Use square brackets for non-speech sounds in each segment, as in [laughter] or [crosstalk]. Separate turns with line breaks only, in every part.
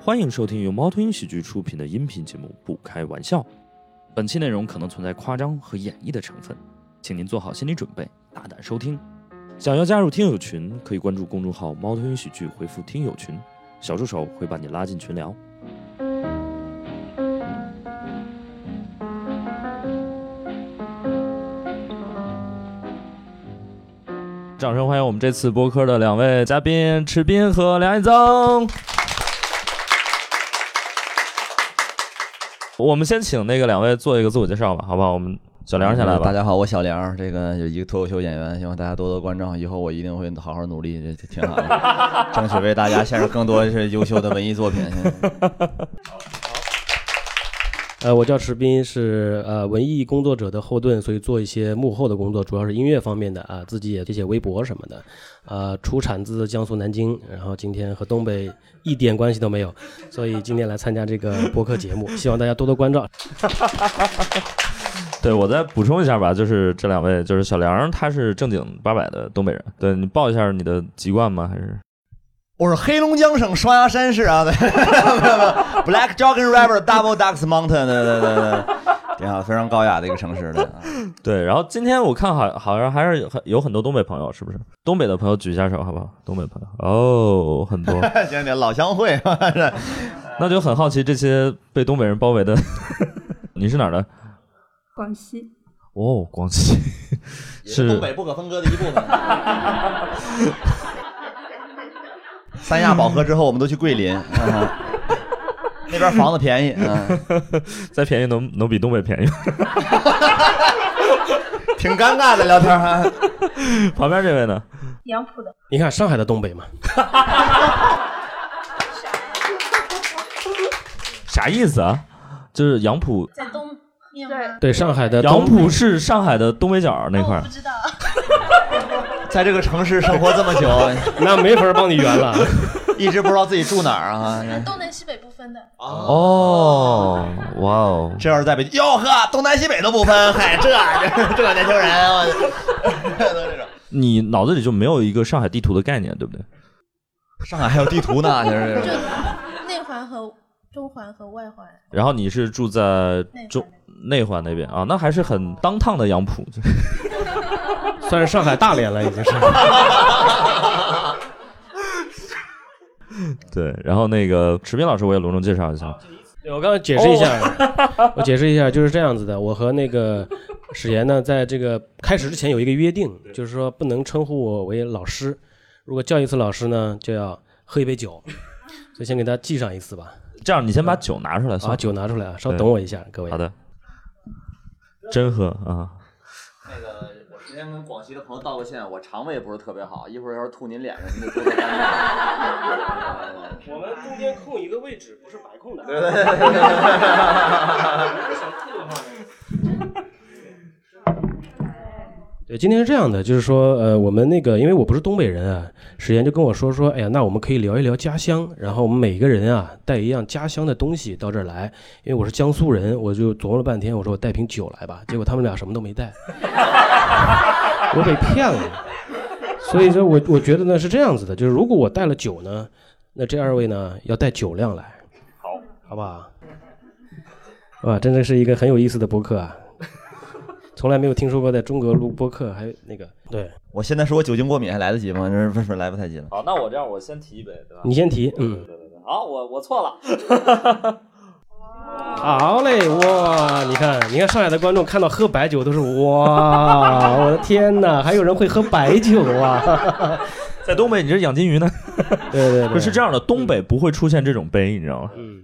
欢迎收听由猫头鹰喜剧出品的音频节目《不开玩笑》，本期内容可能存在夸张和演绎的成分，请您做好心理准备，大胆收听。想要加入听友群，可以关注公众号“猫头鹰喜剧”，回复“听友群”，小助手会把你拉进群聊。掌声欢迎我们这次播客的两位嘉宾池斌和梁一增。我们先请那个两位做一个自我介绍吧，好不好？我们小梁先来吧。
大家好，我小梁，这个有一个脱口秀演员，希望大家多多关照，以后我一定会好好努力，这这挺好
[laughs]
的，争取为大家献上更多是优秀的文艺作品。
呃，我叫池斌，是呃文艺工作者的后盾，所以做一些幕后的工作，主要是音乐方面的啊、自己也写写微博什么的，呃，出产自江苏南京，然后今天和东北一点关系都没有，所以今天来参加这个播客节目，希望大家多多关照。
对我再补充一下吧，就是这两位，就是小梁，他是正经八百的东北人。对你报一下你的籍贯吗？还是
我是黑龙江省双鸭山市啊，对 [laughs] ，Black Dragon River Double Ducks Mountain，对对对对，挺好，非常高雅的一个城市的。
对？然后今天我看好好像还是很有很多东北朋友，是不是？东北的朋友举一下手，好不好？东北朋友哦，很多。
行行，老乡会，啊是
那就很好奇这些被东北人包围的，你是哪儿的？
广西，
哦，广西 [laughs] 是
东北不可分割的一
[laughs]
部分。三亚饱和之后，我们都去桂林，嗯那边房子便宜，嗯，
再便宜能能比东北便宜。
挺尴尬的聊天啊哈。
[laughs] 旁边这位呢？
杨浦的，
你看上海的东北嘛，
啥意思啊？就是杨浦，
在东面吗？哦
对上海的
杨
东
浦是上海的东北角那块
我
儿
不。
[laughs]
知道，
[laughs] 在这个城市生活这么 [laughs] 久，
那没法帮你圆了。 [laughs]
一直不知道自己住哪儿啊。
嗯
[laughs]
东南西北不分 [laughs] 的。
哦，
哦，哇哦，
这要是在北京，哟呵，东南西北都不分，嗨，这这这年轻人，我都这种。
你脑子里就没有一个上海地图的概念，对不对？
[laughs] 上海还有地图呢，就是这
就
种。
[laughs] 内环和中环和外环，
然后你是住在
内环
中内环那边啊，那还是很当趟的杨 [laughs] 浦。
算是上海大连了，已经是。
对，然后那个池斌老师我也隆重介绍一下，
对，我刚才解释一下，
哦
[laughs] 我解释一下，就是这样子的。我和那个史岩呢，在这个开始之前有一个约定，就是说不能称呼我为老师，如果叫一次老师呢，就要喝一杯酒，所以先给大家记上一次吧。
这样你先把酒拿出来算
把
了。
酒拿出来啊，稍等我一下，各位
好。的，真喝啊！
那个，我今天跟广西的朋友道个歉，我肠胃不是特别 [laughs] 好，一会儿要是吐您脸上，您就多 [laughs] 多担待。
我们中间空一个位置，不是白空的。对，今天是这样的，就是说，呃，我们那个，因为我不是东北人啊，史岩就跟我说说，哎呀，那我们可以聊一聊家乡，然后我们每个人啊带一样家乡的东西到这儿来，因为我是江苏人，我就琢磨了半天，我说我带瓶酒来吧，结果他们俩什么都没带， [laughs] 我被骗了。所以说我我觉得呢是这样子的，就是如果我带了酒呢，那这二位呢要带酒量来，好，好不好？哇，真的是一个很有意思的播客啊，从来没有听说过在中国录播客，还有那个对
我现在说我酒精过敏还来得及吗？这不是来不太及了。
好，那我这样我先提一杯，对吧
你先提，嗯，
对对对，好，我我错了。
好嘞，哇，你看，你看上海的观众看到喝白酒都是哇，我的天哪，还有人会喝白酒
[laughs]
啊，
在东北，你这养金鱼呢？
对对
不
对，
是这样的，东北不会出现这种杯，你知道吗？
嗯，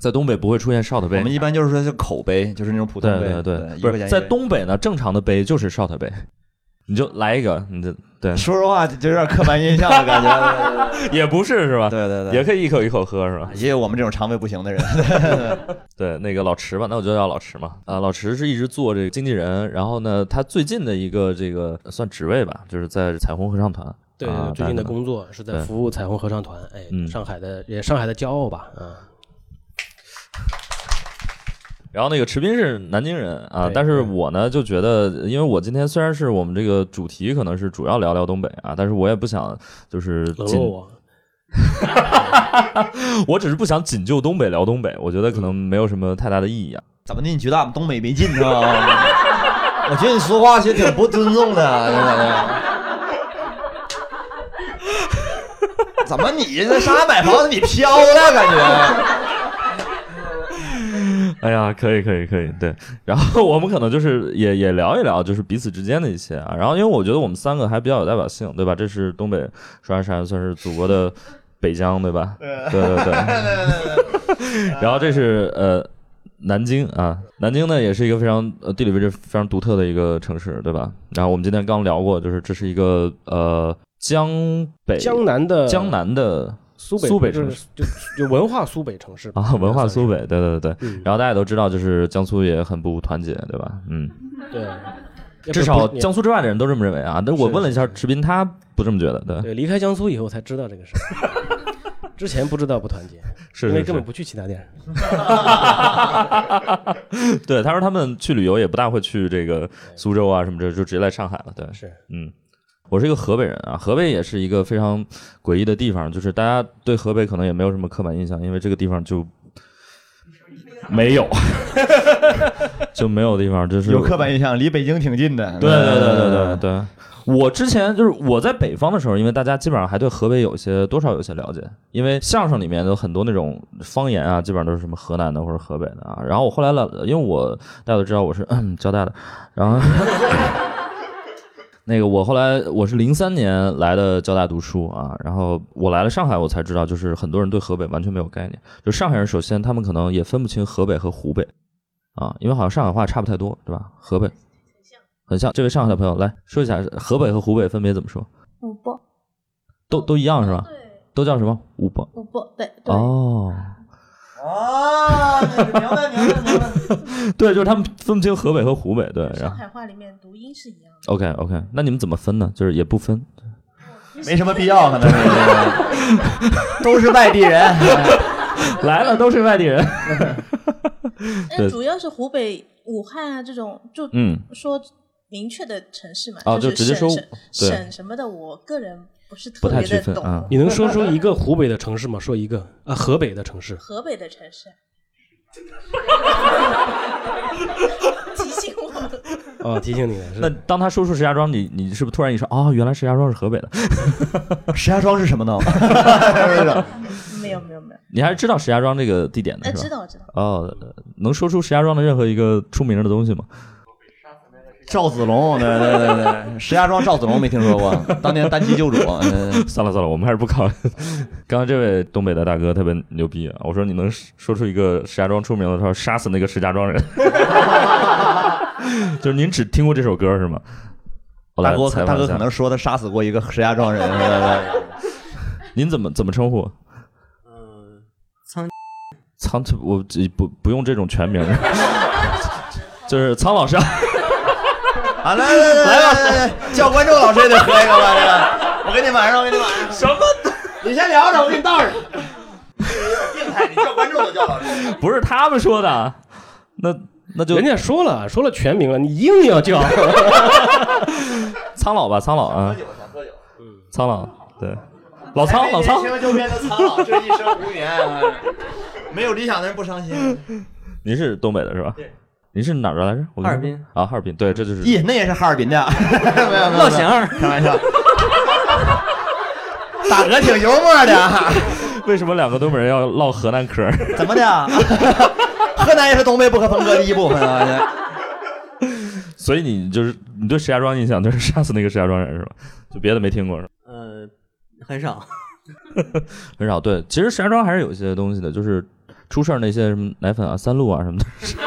在东北不会出现 shot
我
杯
们。一般就是说是口碑，就是那种普通
对
杯。
对对，
一
不
块
是
钱一
在
杯
东北呢，正常的杯就是 shot 杯，你就来一个，你就对，
说实话，就有点刻板印象的感觉。 [laughs]
也不是是吧？
对对对，
也可以一口一口喝是吧？
啊也有我们这种肠胃不行的人。 [laughs]
对，那个老池吧，那我就叫老池嘛。啊，老池是一直做这个经纪人，然后呢，他最近的一个这个算职位吧，就是在彩虹合唱团。
对
啊
对，最近的
大家
工作是在
对
服务彩虹合唱团，哎
嗯，
上海的也上海的骄傲吧，啊。
然后那个池斌是南京人啊，
对
但是我呢就觉得，因为我今天虽然是我们这个主题可能是主要聊聊东北啊，但是我也不想就是
冷
仅
落我，
我只是不想仅就东北聊东北，我觉得可能没有什么太大的意义啊。
怎么的？你觉得俺们东北没劲是吧？ [laughs] 我觉得你说话其实挺不尊重的，啊真的。 [laughs] 怎么你这上海买房子你飘了感觉？
[laughs] 哎呀，可以可以可以，对。然后我们可能就是也也聊一聊，就是彼此之间的一些啊。然后因为我觉得我们三个还比较有代表性，对吧？这是东北刷山，算是祖国的北疆，对吧？对对 [laughs] 对。 [laughs] 然后这是呃南京啊，南京呢也是一个非常呃地理位置非常独特的一个城市，对吧？然后我们今天刚聊过，就是这是一个呃江北
江南的
江南的
苏北
苏北
就
城
是就就文化苏北城市吧
啊文化苏北，，对对对。
嗯，
然后大家也都知道，就是江苏也很不团结，对吧？嗯，
对，
至少
不是
江苏之外的人都这么认为啊。但我
是
问了一下池斌，他不这么觉得，对，
对离开江苏以后才知道这个事儿， [laughs] 之前不知道不团结，
是
因为
是
根本
是，
不去其他地儿。
[laughs] 对，他说他们去旅游也不大会去这个苏州啊什么这，就直接来上海了，对，
是，
嗯。我是一个河北人啊，河北也是一个非常诡异的地方，就是大家对河北可能也没有什么刻板印象，因为这个地方就没有， [laughs] 就没有地方，就是
有刻板印象，离北京挺近的。
对对对对对对。我之前就是我在北方的时候，因为大家基本上还对河北有一些多少有些了解，因为相声里面有很多那种方言啊，基本上都是什么河南的或者河北的啊。然后我后来了，因为我大家都知道我是嗯交大的，然后 [laughs] 那个我后来我是零三年来的交大读书啊，然后我来了上海，我才知道就是很多人对河北完全没有概念，就上海人首先他们可能也分不清河北和湖北啊，因为好像上海话差不太多，对吧？河北。很像。这位上海的朋友来说一下，河北和湖北分别怎么说？
五波
都都一样是吧？
对，
都叫什么？五波。
五波对对。
哦，
啊，明白明白明白。
对，就是他们分不清河北和湖北，对。然
上
后
海话里面读音是一样的，
OK OK，那你们怎么分呢？就是也不分。
没什么必
啊
要，
[laughs]
可能是都是外地人。
[laughs] 来了都是外地
[laughs]
人。
但
对
主要是湖北武汉啊这种，就
嗯，
说明确的城市嘛，
哦就
就
是直接
省
说
省
对
省什么的，我个人不是
不
特
太
别
区
的
分
懂。
啊
你能说出一个湖北的城市吗？说一个啊，河北的城市，
河北的城 [laughs] 市，提醒我，
[laughs] 哦，提醒你了，
那
是
当他说出石家庄，你你是不是突然意识到哦，原来石家庄是河北的？
[laughs] 石家庄是什么呢？
[laughs] 没有没有没有，
你还是知道石家庄这个地点
哎，
呃
的
知
是吧？
道知道，
哦，能说出石家庄的任何一个出名的东西吗？
[laughs] 赵子龙，对对对对，石家庄赵子龙没听说过，当年单骑救主。嗯
算了算了，我们还是不考虑。 [laughs] 刚刚这位东北的大哥特别牛逼啊！我说你能说出一个石家庄出名的，他说杀死那个石家 [laughs] 庄人，就是您只听过这首歌是吗？我来
大哥，
采
大
访一
哥
下
可能说他杀死过一个石家庄人，对对对
您怎么怎么称呼？
苍
苍，我不不用这种全名， [laughs] 就是苍老师。[laughs]
啊，来来来来吧，来来叫观众老师也得喝一个吧，这个，我给你晚上，我给你晚上。什么？你先聊着，我给你倒上。病态，你叫观众都叫老师。
不是他们说的，啊那那就
人家说了说了全名了，你硬要叫，
苍老吧，苍老啊，
想喝酒。
苍老，对，老苍老苍，
就变得苍老，这一生无缘。没有理想的人不伤心。
您是东北的是吧？对，您是哪儿的来着？我跟
哈尔滨
啊，哈尔滨，对，这就是
[laughs] 咦，那也是哈尔滨的，啊 [laughs] 没有没有
乐贤二
开玩笑。大哥挺幽默的啊，
[laughs] 为什么两个东北人要唠河南嗑儿？ [laughs]
怎么的？啊 [laughs] 河南也是东北不可分割的一部分啊。
所以你就是你对石家庄印象就是杀死那个石家庄人是吧？就别的没听过是吧？
呃，很少。
很少。对，其实石家庄还是有一些东西的，就是出事儿那些什么奶粉啊、三鹿啊什么的， [laughs]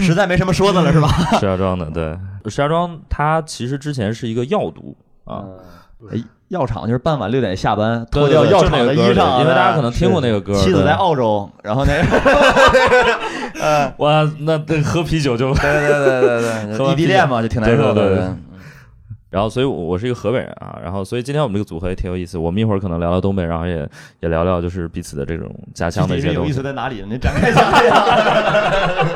实在没什么说的了，是吧？ [laughs]
石家庄的。对，石家庄它其实之前是一个药都啊，
哎药厂就是傍晚六点下班，
对
脱掉
对
药
就
厂
那
的
个
衣
歌儿
裳，
对因为大家可能听过那个歌儿
是妻子
对
在澳洲，然后那个，，
哇，那那喝啤酒就
[laughs] 对对 [laughs] 对对
喝完
异地恋嘛，就挺难受
对
的。
对对然后所以我，我是一个河北人啊，然后所以今天我们这个组合也挺有意思，我们一会儿可能聊聊东北，然后也也聊聊就是彼此的这种家乡的一
具体
些
是有
东
意
西
思。在哪里？你展开 [laughs] 讲讲。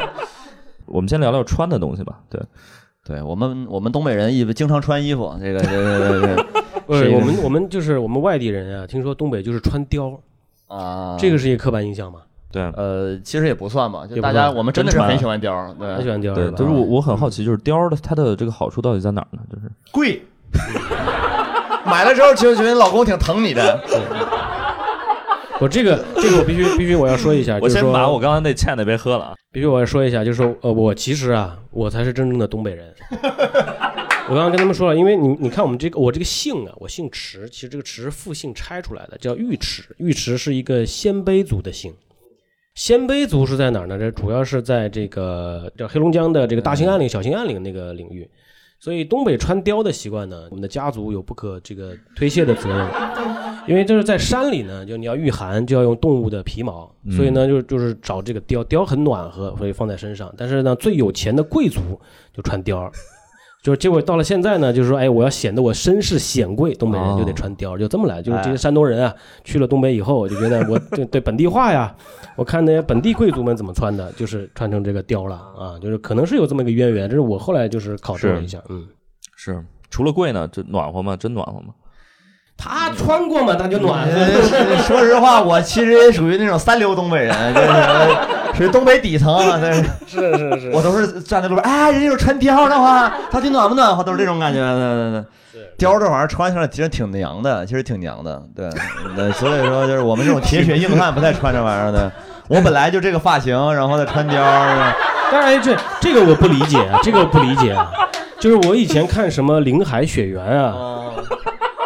我们先聊聊穿的东西吧，对，
[laughs] 对我们，我们东北人一经常穿衣服，这个这个这个这个
[laughs] 不是
谁
我
呢
们我们就是我们外地人啊，听说东北就是穿貂，
[laughs] 啊，
这个是一个刻板印象嘛，
对，
呃，其实也不算吧，就
也不
大
算
家我们真的是
真
啊
传
很喜欢貂儿，
很喜
对，
欢貂
对
是，吧？啊
就是我我很好奇，就是貂儿的它的这个好处到底在哪儿呢？就是
贵。 [laughs] 买了之后就觉得老公挺疼你的，
我这个这个我必须必须我要说一下，
我
就是
先
说
把我刚刚那欠的别喝了啊。
必须我要说一下，就是说呃，我其实啊，我才是真正的东北人。 [laughs] 我刚刚跟他们说了，因为你你看我们这个我这个姓啊，我姓池，其实这个池是复姓拆出来的，叫尉迟。尉迟是一个鲜卑族的姓。鲜卑族是在哪儿呢？这主要是在这个叫黑龙江的这个大兴安岭、小兴安岭那个领域。所以东北穿貂的习惯呢，我们的家族有不可这个推卸的责任， [laughs] 因为就是在山里呢，就你要御寒就要用动物的皮毛，所以呢就就是找这个貂，貂很暖和，所以放在身上。但是呢，最有钱的贵族就穿貂儿，就是结果到了现在呢，就是说，哎，我要显得我身世显贵，东北人就得穿貂儿，就这么来。就是这些山东人啊，去了东北以后，我就觉得我对对本地化呀，我看那些本地贵族们怎么穿的，就是穿成这个貂了啊，就是可能是有这么一个渊源，这是我后来就是考证了一下，嗯。
是，除了贵呢，这暖和吗？真暖和吗？
他穿过嘛，他就暖和。 [laughs]
呃说实话，我其实也属于那种三流东北人，就是 [laughs] 呃属于东北底层啊。但是
是是是，
我都是站在路边，哎，人家有穿貂的话，到底暖不暖和，都是这种感觉。对对对，貂这玩意儿穿上其实挺娘的，其实挺娘的。对，对所以说就是我们这种铁血硬汉不太穿这玩意儿的。我本来就这个发型，然后再穿貂，是吧
当然这这个我不理解，啊，这个我不理解啊。就是我以前看什么《林海雪原》啊，
哦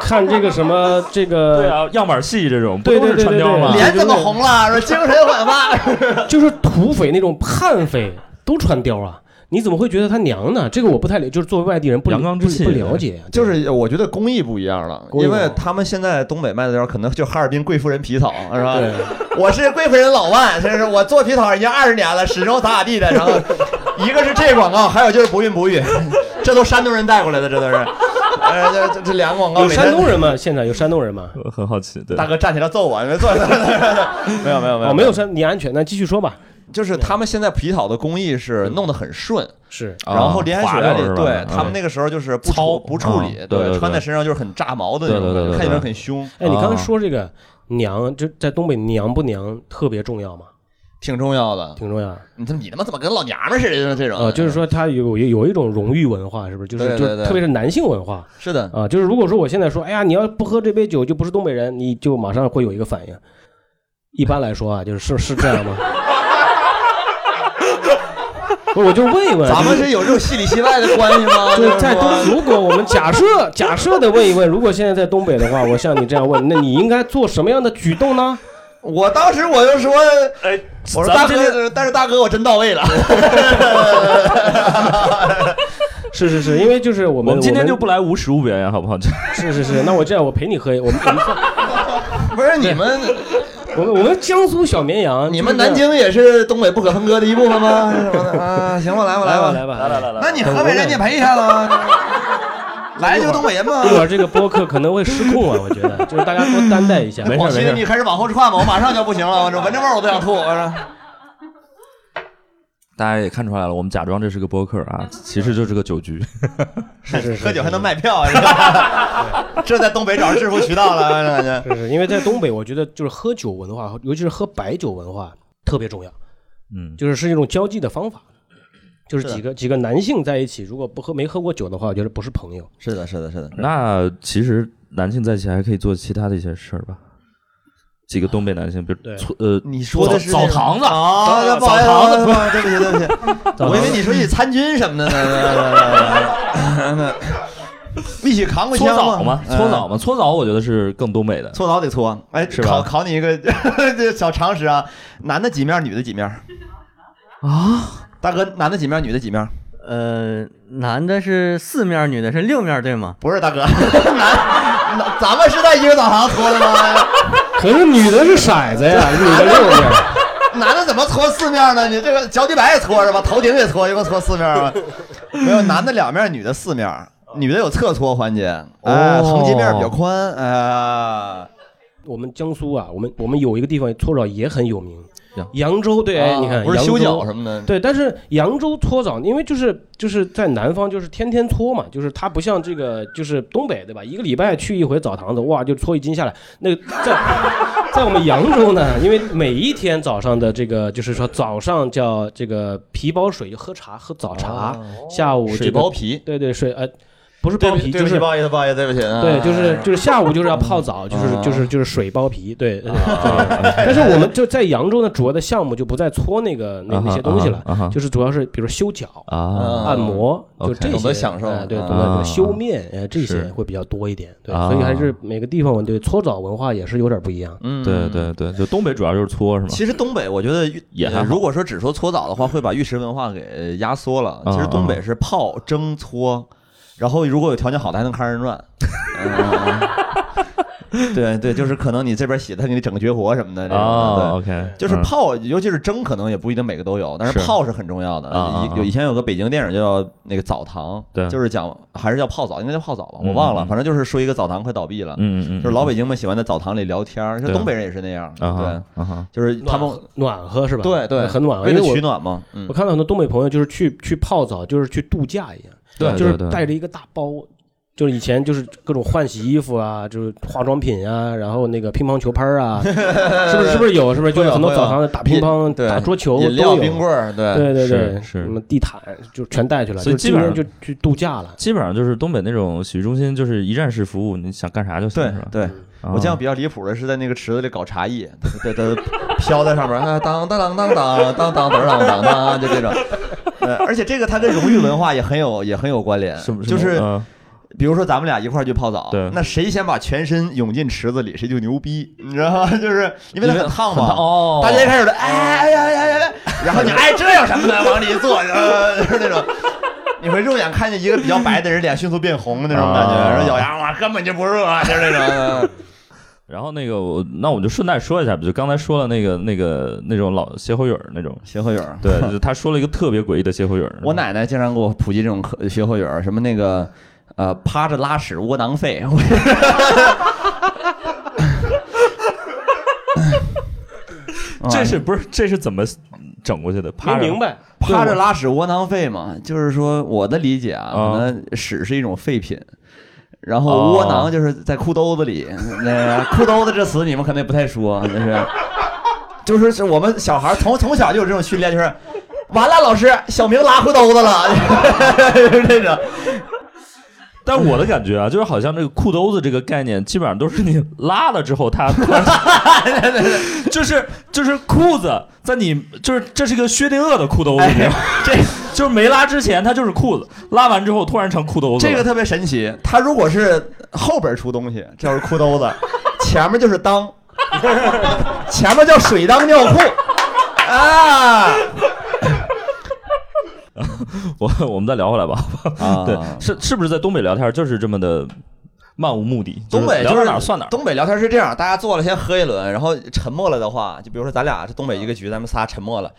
看这个什么这个，
对啊，样板戏这种不
对
都
对
是穿
对对
貂吗？
对
脸怎么红 [laughs] 了？说精神焕发。
就是土匪那种悍匪都穿貂啊，你怎么会觉得他娘呢？这个我不太理，就是作为外地人不理
阳刚之气
不不了解，
就是我觉得工艺不一样了，
工艺
因
不一样
为他们现在东北卖的貂可能就哈尔滨贵妇人皮草，是吧？
对，
我是贵妇人老万，这是我做皮草已经二十年了，始终咋咋地的。
[laughs]
然后一个是这广告，还有就是不孕不育，这都山东人带过来的，这都是。呃，这这这两个广告，
有
每天
山东人吗？现场有山东人吗？
我很好奇，对
大哥站起来揍我，坐坐坐坐坐没有没有没有
哦，没有，山，你安全，那继续说吧。
[laughs] 就是他们现在皮草的工艺是弄得很顺，
是，
啊
然后林海雪
滑溜是
原
吧
里，
嗯
对他们那个时候就是不
糙
处不处理
啊，对对对
穿在身上就是很炸毛的那
对对对
种，
对
看起来
对
很凶，
哎，你
啊
刚刚说这个娘，就在东北娘不娘特别重要吗？
挺重要的。
挺重要的。
你怎么你他妈怎么跟老娘们儿似的就是这种？
呃，就是说他有有有一种荣誉文化，是不是？就是
对对
就
对
特别是男性文化
是的，
啊，就是如果说我现在说，哎呀，你要不喝这杯酒就不是东北人，你就马上会有一个反应。一般来说啊，就是是是这样吗？ [laughs] 不是，呃我就问一问，
咱们是有这种戏里戏外的关系
[laughs]
吗？
就是
是
在
说
东，如果我们假设假设的问一问，如果现在在东北的话，我像你这样问，那你应该做什么样的举动呢？
我当时我就说，
哎，
我说
咱
大
们今天
哥，但是大哥我真到位了。
是是是，因为就是我
我
们
们今天就不来无实物表演，好不好？就是
是是，那我这样，我陪你喝一，我们我们
[laughs] 不是你们，
我们我们江苏小绵羊，
你们
就是这样
南京也是东北不可分割的一部分吗？是什么的啊，行吧，来吧，
来吧
吧，
来吧，来吧。
来
那你河北人你也陪一下
[laughs]
了，来就东北人嘛
一。会儿这个播客可能会失控啊，我觉得，就是大家多担待一下。
没事
往心里你开始往后窜吧，我马上就不行了，我这闻着味儿我都想吐。我说
大家也看出来了，我们假装这是个播客啊，其实就是个酒局。
是是是，
喝酒还能卖票，是吧这在东北找着致富渠道了，这感觉。
是是，因为在东北，我觉得就是喝酒文化，尤其是喝白酒文化特别重要，
嗯，
就是是一种交际的方法。就是
是的
几个几个男性在一起，如果不喝没喝过酒的话，我觉得不是朋友。
是的，是的，是的。
那其实男性在一起还可以做其他的一些事儿吧。几个东北男性，比如
对
搓呃，
你说的是
澡澡堂子
啊？那不好意思，不好意思对不起，对不起，我以为你说去参军什么的呢。 [laughs] 一起扛过
搓
枪
澡嘛，
嗯
搓澡嘛，搓澡，我觉得是更东北的。
搓澡得搓。哎，
是吧
考考你一个 [laughs] 这小常识啊，男的几面，女的几面？啊，
啊
大哥，男的几面，女的几面？
[laughs] 呃，男的是四面儿，女的是六面儿，对吗？
不是大哥， [laughs] 男，男咱们是在一个澡堂搓的吗？
可是女的是骰子呀，女的六面，
男的怎么搓四面呢？你这个脚底板也搓是吧？头顶也搓，一共搓四面 [laughs] 吧？没有，男的两面，女的四面，女的有侧搓环节，哎，
哦
横截面比较宽，哎，
我们江苏啊，我们我们有一个地方搓澡也很有名，扬州对，哎
啊
你看
不是修
脚
脚什么
嗯
的，
对，但是扬州搓澡，因为就是就是在南方就是天天搓嘛，就是它不像这个就是东北对吧？一个礼拜去一回澡堂子，哇，就搓一斤下来。那个
[laughs]
在在我们扬州呢，因为每一天早上的这个就是说早上叫这个皮包水，就喝茶喝早茶，
哦
啊
下午
水
这
包
个
皮，
对对水呃不是
对
包
不
皮
起，对
就
不起，
是
不。好意思，不好意思，对不起。啊
对，就是就是下午就是要泡澡，就是
哦
啊
就是就是水包皮，对。对但是我们就在扬州呢，主要的项目就不再搓那个那那些东西了，
啊哈
就是主要是比如说修脚、
啊
按摩，就
OK
这些
懂得享受
哎对，
啊
懂得修面，哎，这
是
些会比较多一点，对，
啊
所以还是每个地方对搓澡文化也是有点不一样。
嗯，
对。对对，就东北主要就是搓是吗？
其实东北我觉得
也还
呃
好
如果说只说搓澡的话，会把浴池文化给压缩了。
啊
其实东北是泡、蒸、搓，然后如果有条件好的还能看二人转。 [laughs] 嗯 [laughs] 对对，就是可能你这边洗，他给你整个绝活什么的。这种
啊
哦
的
，OK，
对，就是
嗯
泡，尤其是蒸，可能也不一定每个都有，但是
是
泡是很重要的。
啊啊啊
有以前有个北京电影叫那个澡堂，
对
就是讲还是叫泡澡，应该叫泡澡吧，
嗯
我忘了，
嗯
反正就是说一个澡堂快倒闭了，
嗯嗯嗯，
就是老北京们喜欢在澡堂里聊天儿，就
对
东北人也是那样，
嗯
啊哈
对。
啊哈，
就是他们
暖和是吧？
对对，
很暖和，
为
因
了
为我
取暖嘛。嗯
我，看到很多东北朋友就是去去泡澡，就是去度假一样。
对，
就是
对对
带着一个大包，就是以前就是各种换洗衣服啊，就是化妆品啊，然后那个乒乓球拍儿
[laughs]
啊，是不是？是不是有？是不是？就
会有
是很多
会有
早上打乒乓、
饮对
打桌球、
饮料、
都有
冰棍儿，对，
对对对，
是是
什么地毯就全带去了，
所以
就
基本上
就去度假了。
基本上就是东北那种洗浴中心，就是一站式服务，你想干啥就行，
对
是吧？
对。
嗯
啊
我见过比较离谱的是在那个池子里搞茶艺，对对，飘在上面，啊当当当当当当当当当当当，就这种。对，而且这个它跟荣誉文化也很有也很有关联
什么，什
就
么
是
呃
嗯
比如说咱们俩一块儿去泡澡
对，
那谁先把全身涌进池子里，谁就牛逼，你知道吗？ [laughs] 就是因为它很烫嘛，
哦，
大家一开始都哎哎呀哎呀哎呀，然后你哎这有什么的，往里一坐，呃就是 [laughs] 那种。你会肉眼看见一个比较白的人脸迅速变红那种感觉，
啊
然后咬牙哇根本就不热，啊就是那 [laughs] 种。
然后那个我，那我就顺带说一下吧，就刚才说了那个那个那种老歇后语儿那种，
歇后语儿，
对，就是他说了一个特别诡异的歇后语儿。
[laughs] 我奶奶经常给我普及这种课歇后语儿，什么那个呃趴着拉屎窝囊废，我
这是不是这是怎么整过去的？
没
趴着
明白，
趴着拉屎窝囊废嘛，就是说我的理解啊，
啊
可能屎是一种废品，然后
哦
窝囊就是在裤兜子里。那裤兜子这词你们可能也不太说，就是就是是我们小孩从从小就有这种训练，就是完了，老师，小明拉裤兜子了， [laughs] 就是这种。
但我的感觉啊，就是好像这个裤兜子这个概念，基本上都是你拉了之后它，
[laughs]
[laughs] 就是就是裤子在你就是这是一个薛定谔的裤兜子，你知道吗？
哎这
[laughs] 就是没拉之前它就是裤子，拉完之后突然成裤兜子了。
这个特别神奇，他如果是后边出东西，这就是裤兜子，前面就是裆，前面叫水裆尿裤 [laughs] 啊
我我们再聊回来吧。
啊
对，是是不是在东北聊天就是这么的漫无目的？
东北
就
就是
聊到
是
哪儿算哪儿。
东北聊天是这样，大家坐了先喝一轮，然后沉默了的话，就比如说咱俩是东北一个
嗯
局，咱们仨沉默了，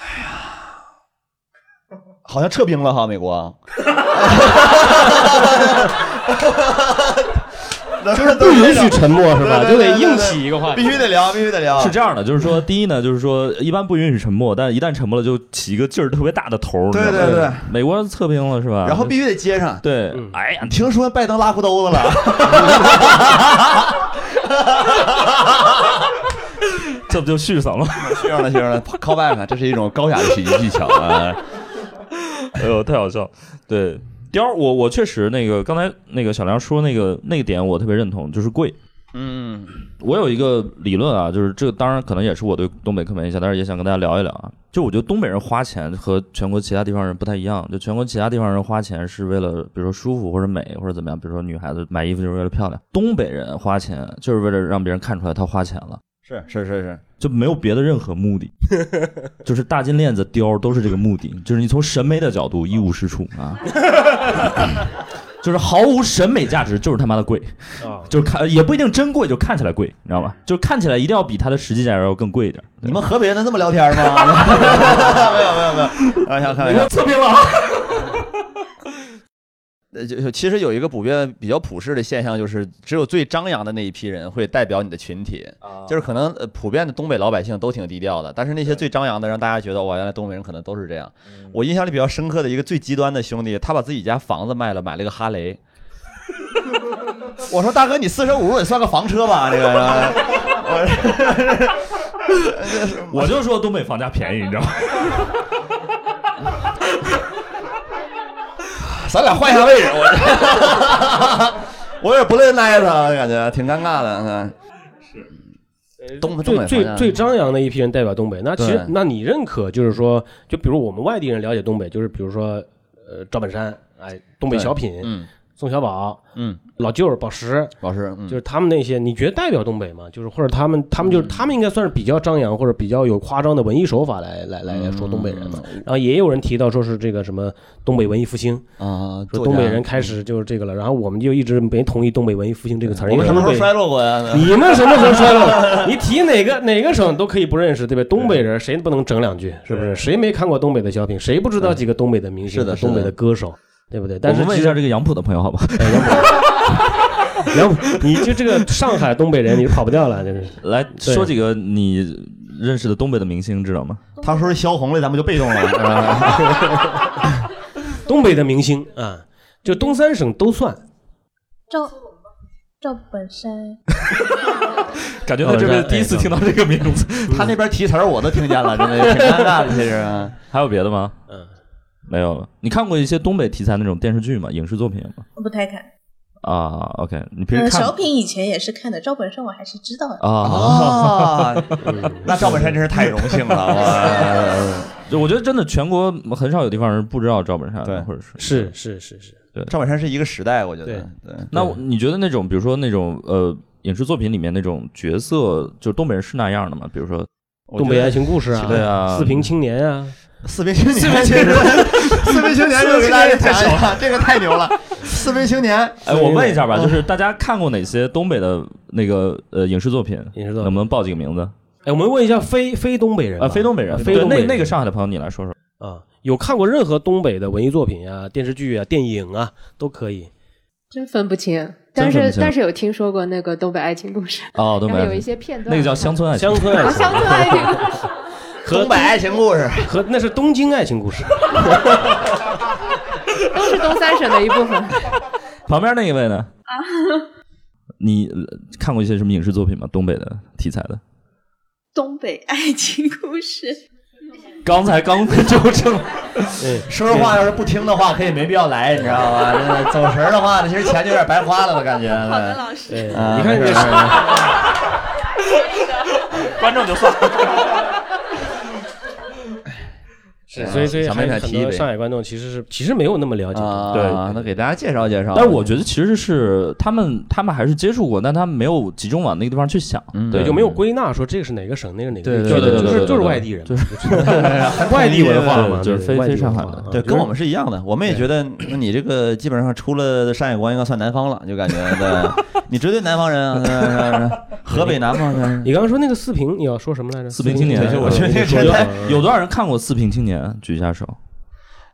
哎呀，好像撤兵了哈，美国。 [laughs] 就是
[laughs] 不允许沉默是吧？
对
就
对对
得
对
硬
对
起一个话
必
题。
须得聊，必须得聊。
是这样的，就是说，第一呢，就是说，一般不允许沉默，但一旦沉默了，就起一个劲儿特别大的头儿。你知道吗
对对对，
美国撤兵了是吧？
然后必须得接上。
对
嗯，
哎呀，
听说拜登拉裤兜子了， [laughs]
这不就续上了？ [laughs]
学上了学上了，call back，这是一种高雅的喜剧技巧啊。
哎呦，太好笑了。对，貂儿，我我确实那个刚才那个小梁说那个那个点，我特别认同，就是贵。
嗯，
我有一个理论啊，就是这当然可能也是我对东北刻板印象，但是也想跟大家聊一聊啊。就我觉得东北人花钱和全国其他地方人不太一样，就全国其他地方人花钱是为了比如说舒服或者美或者怎么样，比如说女孩子买衣服就是为了漂亮，东北人花钱就是为了让别人看出来他花钱了。
是是是是，
就没有别的任何
[laughs]
目的，就是大金链子、貂儿都是这个目的，就是你从审美的角度一无是处
[laughs]
啊，就是毫无审美价值，就是他妈的贵，
啊
就是看也不一定真贵，就看起来贵，你知道
嗯
吧？就是看起来一定要比它的实际价值要更贵一点。
你们河北人能这么聊天吗？哎没有没有没有，开玩笑开玩笑。
测评了，
[laughs] 呃，就就其实有一个普遍比较普世的现象，就是只有最张扬的那一批人会代表你的群体，就是可能呃普遍的东北老百姓都挺低调的，但是那些最张扬的，让大家觉得哇，原来东北人可能都是这样。我印象里比较深刻的一个最极端的兄弟，他把自己家房子卖了，买了个哈雷。我说大哥，你四舍五入也算个房车吧？这个，
我就说东北房价便宜，你知道吗？
咱俩换一下位置，我 [laughs] 我有点不 nice 啊，感觉挺尴尬的。嗯，是东东北
最
好
最
像
最张扬的一批人代表东北，那其实
对
那你认可就是说，就比如我们外地人了解东北，就是比如说呃赵本山，哎，东北
对
小品，
嗯
宋小宝、
嗯，
老舅儿、宝石，
老师，嗯
就是他们那些，你觉得代表东北吗？就是或者他们，他们就是他们应该算是比较张扬或者比较有夸张的文艺手法来来来来说东北人嘛。
嗯
然后也有人提到说是这个什么东北文艺复兴，
啊，
说
作
东北
家
人开始就是这个了。然后我们就一直没同意东北文艺复兴这个词儿，
我
因为
们什么时候
东北
衰落过呀？
你们什么时候
[laughs]
衰落？你提哪个哪个省都可以不认识，对吧？东北人谁不能整两句？是不是？谁没看过东北的小品？谁不知道几个东北的明星
是的
和
是的
东北的歌手？对不对？但是
我们问
其
一
[laughs]
实
下这个杨浦的朋友好吧？
然后你就这个上海东北人，你就跑不掉了，真是。
来说几个你认识的东北的明星，知道吗？
[laughs] 他说是萧红了，咱们就被动了。是吧
东北的明星啊，就东三省都算。
赵赵本山，
感觉在
哦
这边
哎
第一次听到这个名字。
[laughs] 他那边提词儿我都听见了，真的挺尴尬的。其 [laughs] 实，啊
还有别的吗？
嗯，
没有了。你看过一些东北题材那种电视剧吗？影视作品吗？
我不太看。
啊，OK，你平时
呃，
看
小品以前也是看的，赵本山我还是知道的。
啊？
啊， [laughs] 那赵本山真是太荣幸了。 [laughs] 哇
就我觉得真的全国很少有地方人不知道赵本山
对
的，或者是
是是是是，
赵本山是一个时代，我觉得。对，
那我你觉得那种，比如说那种呃，影视作品里面那种角色，就是东北人是那样的吗？比如说，
我觉
东
得
北爱情故事啊，
对啊
四平青年啊，
四平青年，四平青年，四平青年，这个给大家讲一下，这个太牛了。四平青年，
哎，我问一下
哦
吧，就是大家看过哪些东北的那个呃影视作品？
影视作
能
品。
不能报几个名字？
哎，我们问一下非非东北人吧
啊，非东北人，
非东北
对
人
那那个上海的朋友，你来说说。
啊，有看过任何东北的文艺作品啊、电视剧啊、电影啊，都可以。
真分不清。啊但
真分
是
不清
但是有听说过那个东北爱情故事，
哦，东
然
北
后
人
有一些片段，
那个叫乡村爱情
乡，村爱
啊
情
乡村爱情，
和
东北爱情故事，
和那是东京爱情故事。
都是东三省的一
[laughs]
部分。
旁边那一位呢？
[laughs]
啊，你呃看过一些什么影视作品吗？东北的题材的？
东北爱情
[laughs]
故事，
刚才刚纠正了，
嗯，
说实话，要是不听的话，可以没必要来，你知道吧？这个走神儿的话，其实钱就有点白花了的感觉。
好的，老师，
对，
啊
你看
没
这
事儿没事儿
观众就算了。
是，所以所以
小妹
还有
想
很
提一
多
杯
上海观众其实是其实没有那么了解的。
啊，
对
那给大家介绍介绍。
但是我觉得其实是他们，他们还是接触过，但他们没有集中往那个地方去想，
嗯
对，
对，就没有归纳说这个是哪个省，那个是哪个地区
对对对
就
对
是
对
就是
对
外地人嘛，
就是
得
外地文化嘛，
对就是
对
非
外地
非上海
文化
的
啊
对，
就
跟
是
我们是一样的，我们也觉得那你这个基本上出了山海关，应该算南方了，就感觉对，你绝对南方人啊，是吧是吧河北南方人。啊
嗯你刚刚说那个四平，你要说什么来着？
四平青年
四平
我觉得
对
这
对
太
对
有多少人看过《四平青年》？举一下手。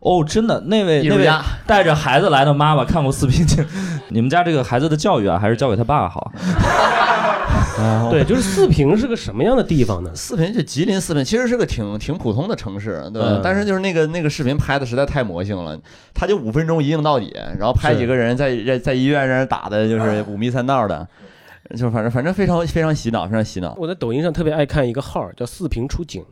哦，真的，那位
艺
那
术
位
家
[laughs] 带着孩子来的妈妈看过《四平青》， [laughs] 你们家这个孩子的教育啊，还是交给他爸好。
对，就是嗯四平是个什么样的地方呢？
四平就吉林四平，其实是个挺挺普通的城市，对吧？
嗯
但是就是那个那个视频拍的实在太魔性了，他就五分钟一镜到底，然后拍
是
几个人在在在医院让人打的
啊
就是五迷三道的，就反正反正非常非常洗脑，非常洗脑
我在抖音上特别爱看一个号儿叫四平出警，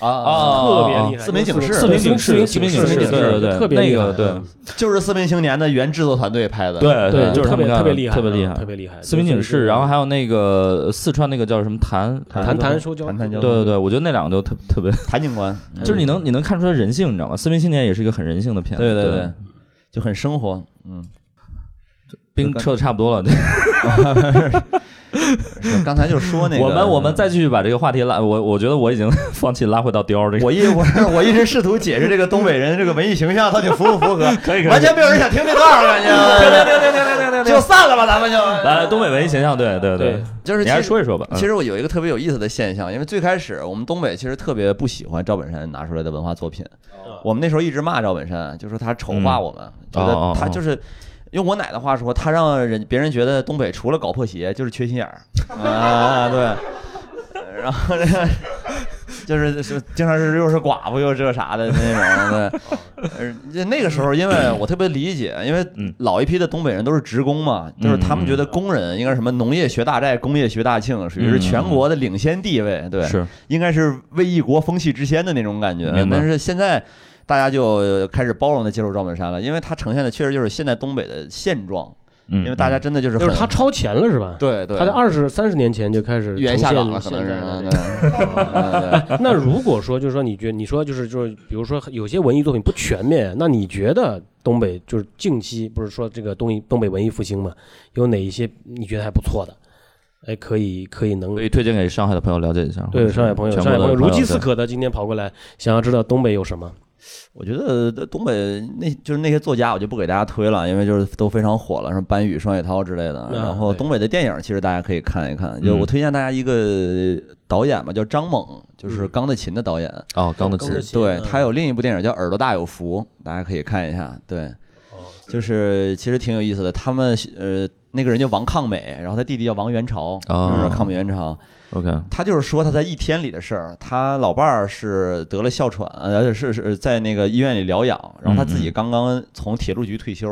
啊
啊
特别厉害。
四平警示
四
四平
警
警
示，
示，
四
四
平
平
警
警
示，
示，对对对，
特别厉
那
害嗯
个对
就是四平青年的原制作团队拍的，
对
对，
就是
特
他
别
们
特别厉害，
特别厉
啊
害
特。别厉害。
四平警示，然后还有那个呃四川那个叫什么谭
谈谈收交，
谈谈交
对对对，我觉得那两个都特特别，
谭警官，
就是你能你能看出来人性，你知道吗？四平青年也是一个很人性的片子，
对对对，就很生活，嗯。
冰撤的差不多了，
是刚才就说那个，
我们我们再继续把这个话题拉，我我觉得我已经 [laughs] 放弃拉回到雕儿这个。
我一我是我一直试图解释这个东北人这个文艺形象到底符不符合，
[laughs] 可以可以
完全没有人想听这段儿，感觉啊
[laughs] 对对对对
就散了吧，咱们就
来东北文艺形象，对对
对，
就是
你
其
还
实
是说一说吧。嗯
其实我有一个特别有意思的现象，因为最开始我们东北其实特别不喜欢赵本山拿出来
嗯哦
的文化作品，我们那时候一直骂赵本山，就说他丑化我们，觉得他就是。用我奶的话说，她让人别人觉得东北除了搞破鞋就是缺心
[laughs]
眼儿啊，对。然后这个就是是经常是又是寡妇又是这啥的那种的。呃，那个时候因为我特别理解，因为
嗯
老一批的东北人都是职工嘛，就是他
嗯
们觉得工人应该是什么农业学大寨，工业学大庆，属于是全国的领先地位，对，
嗯是
应该是为一国风气之先的那种感觉。
明白
但是现在。大家就开始包容的接受赵本山了，因为他呈现的确实就是现在东北的现状，
因
因为
嗯
大家真的就是
就是
很
他超前了是吧？
对对，
他在二十三十年前就开始
原下岗了，可
呈
能
现
是
现在的这
对 [laughs] 对
个
对对
那如果说就是说你觉你说就是就是比如说有些文艺作品不全面，那你觉得东北就是近期不是说这个东艺东北文艺复兴嘛，有哪一些你觉得还不错的？哎，可以可以能
可以推荐给上海的朋友了解一下。或
对
者是
上海朋友
全国
上海
的
朋友如饥
对
似渴的今天跑过来，想要知道东北有什么？
我觉得东北那就是那些作家，我就不给大家推了，因为就是都非常火了，什么班宇、双雪涛之类的。
嗯
然后
对
东北的电影，其实大家可以看一
嗯
看。就我推荐大家一个导演吧，叫张猛，就是《钢的琴》的导演。
哦，钢的琴
钢的琴
对
嗯
他有另一部电影叫《耳朵大有福》，大家可以看一下。对，
哦
就是其实挺有意思的。他们呃，那个人叫王抗美，然后他弟弟叫王元朝，
哦
就是抗美援朝。
，OK，
他就是说他在一天里的事儿，他老伴儿是得了哮喘，呃，是是在那个医院里疗养，然后他自己刚刚从铁路局退休，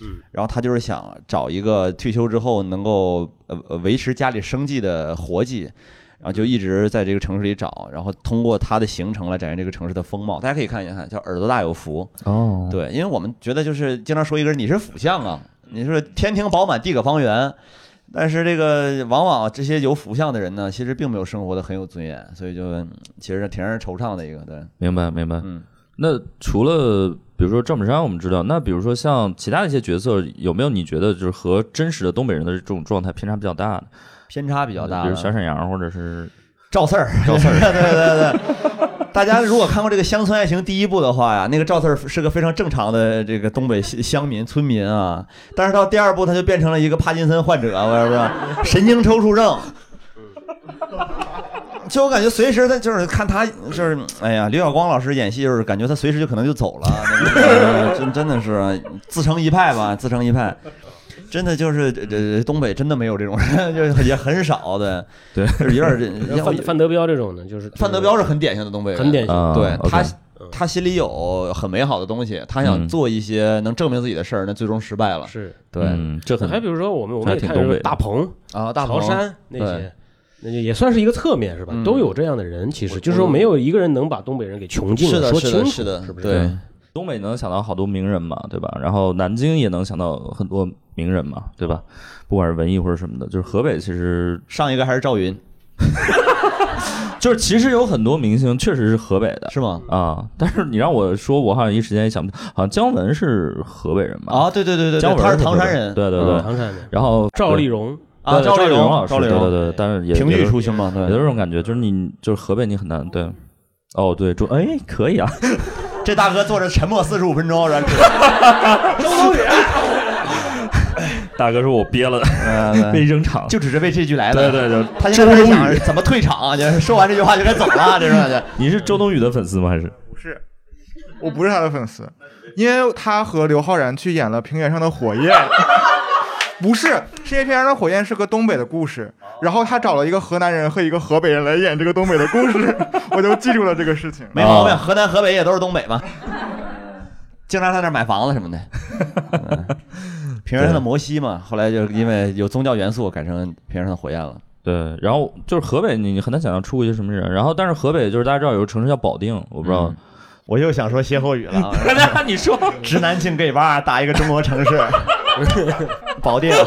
嗯，
然后他就是想找一个退休之后能够呃呃维持家里生计的活计，然后就一直在这个城市里找，然后通过他的行程来展现这个城市的风貌，大家可以看一看，叫耳朵大有福，
哦，
对，因为我们觉得就是经常说一个人你是福相啊，你是天庭饱满地阁方圆，但是这个往往这些有福相的人呢，其实并没有生活的很有尊严，所以就嗯其实挺让人惆怅的一个，对，
明白明白。
嗯，
那除了比如说赵本山，我们知道，那比如说像其他的一些角色，有没有你觉得就是和真实的东北人的这种状态偏差比较大的？
偏差嗯比较大
比
的，
如小沈阳或者是
赵四儿，赵四儿， [laughs] 对对对对。大家如果看过这个《乡村爱情》第一部的话呀，那个赵四儿是个非常正常的这个东北乡乡民、村民啊，但是到第二部他就变成了一个帕金森患者，我是不是 [laughs] 神经抽搐症？就我感觉随时他就是看他就是，哎呀，刘晓光老师演戏就是感觉他随时就可能就走了，那个呃真真的是自成一派吧，自成一派。真的就是这这东北真的没有这种人， [laughs] 就是也很少的，
对，
就是有点儿这
[laughs] 范范德彪这种呢，就是
范德彪是很典型的东北人，
很典型
啊，
对
OK
他，他心里有很美好的东西，他想
嗯
做一些能证明自己的事儿，那最终失败了。
是。
对
嗯，这很
还比如说我们我
还
们也
挺
看
东北
这
的
个大鹏、
啊，大
曹
鹏
山那
对
些，那就也算是一个侧面是吧
嗯？
都有这样的人，其实
我
就是说没有一个人能把东北人给穷尽
是
了
的，
说
是
清
的，
楚，
是的，
是不是？
对，
东北能想到好多名人嘛，对吧？然后南京也能想到很多名人嘛，对吧？不管是文艺或者什么的，就是河北其实
上一个还是赵云
就是其实有很多明星确实是河北的
是吗？
啊，但是你让我说，我好像一时间也想不，好像姜文是河北人吧？
啊，对对对对
姜
对，
文
他是
河
唐
北
山人，
对对
嗯
对。
唐山的
然后
赵丽蓉，
啊，
对赵
丽
丽蓉老师，
赵丽
对对
蓉
对，但是也
评
也
剧
是
出身嘛，
有
对，
这种感觉，就是你就是河北你很难对。哦，对，中哎可以啊，
这大哥坐着沉默四十五分钟，然后
[laughs] 大哥说我憋了，
嗯
[laughs] 没
对
扔场，
就只是为这句来
对
的，
哎对对，
他现在开始想怎么退场，啊就是说完这句话就该走了，啊这种感觉。
你是周冬雨的粉丝吗？还是
不是，我不是他的粉丝，因为他和刘昊然去演了《平原上的火焰》。 [laughs] 不是，是因为《平原上的火焰》是个东北的故事，然后他找了一个河南人和一个河北人来演这个东北的故事， [laughs] 我就记住了这个事情。
没毛病，河南、河北也都是东北 [laughs] 嘛，经常在那儿买房子什么的。 [laughs] 嗯平原上的摩西嘛，后来就是因为有宗教元素，改成平原上的火焰了。
对，然后就是河北，你你很难想象出过一些什么人。然后，但是河北就是大家知道有个城市叫保定，我不知道。
我又想说歇后语了 [laughs] 啊，
那、你说
直男进 gay 吧，打一个中国城市， [laughs] 保定。 [laughs]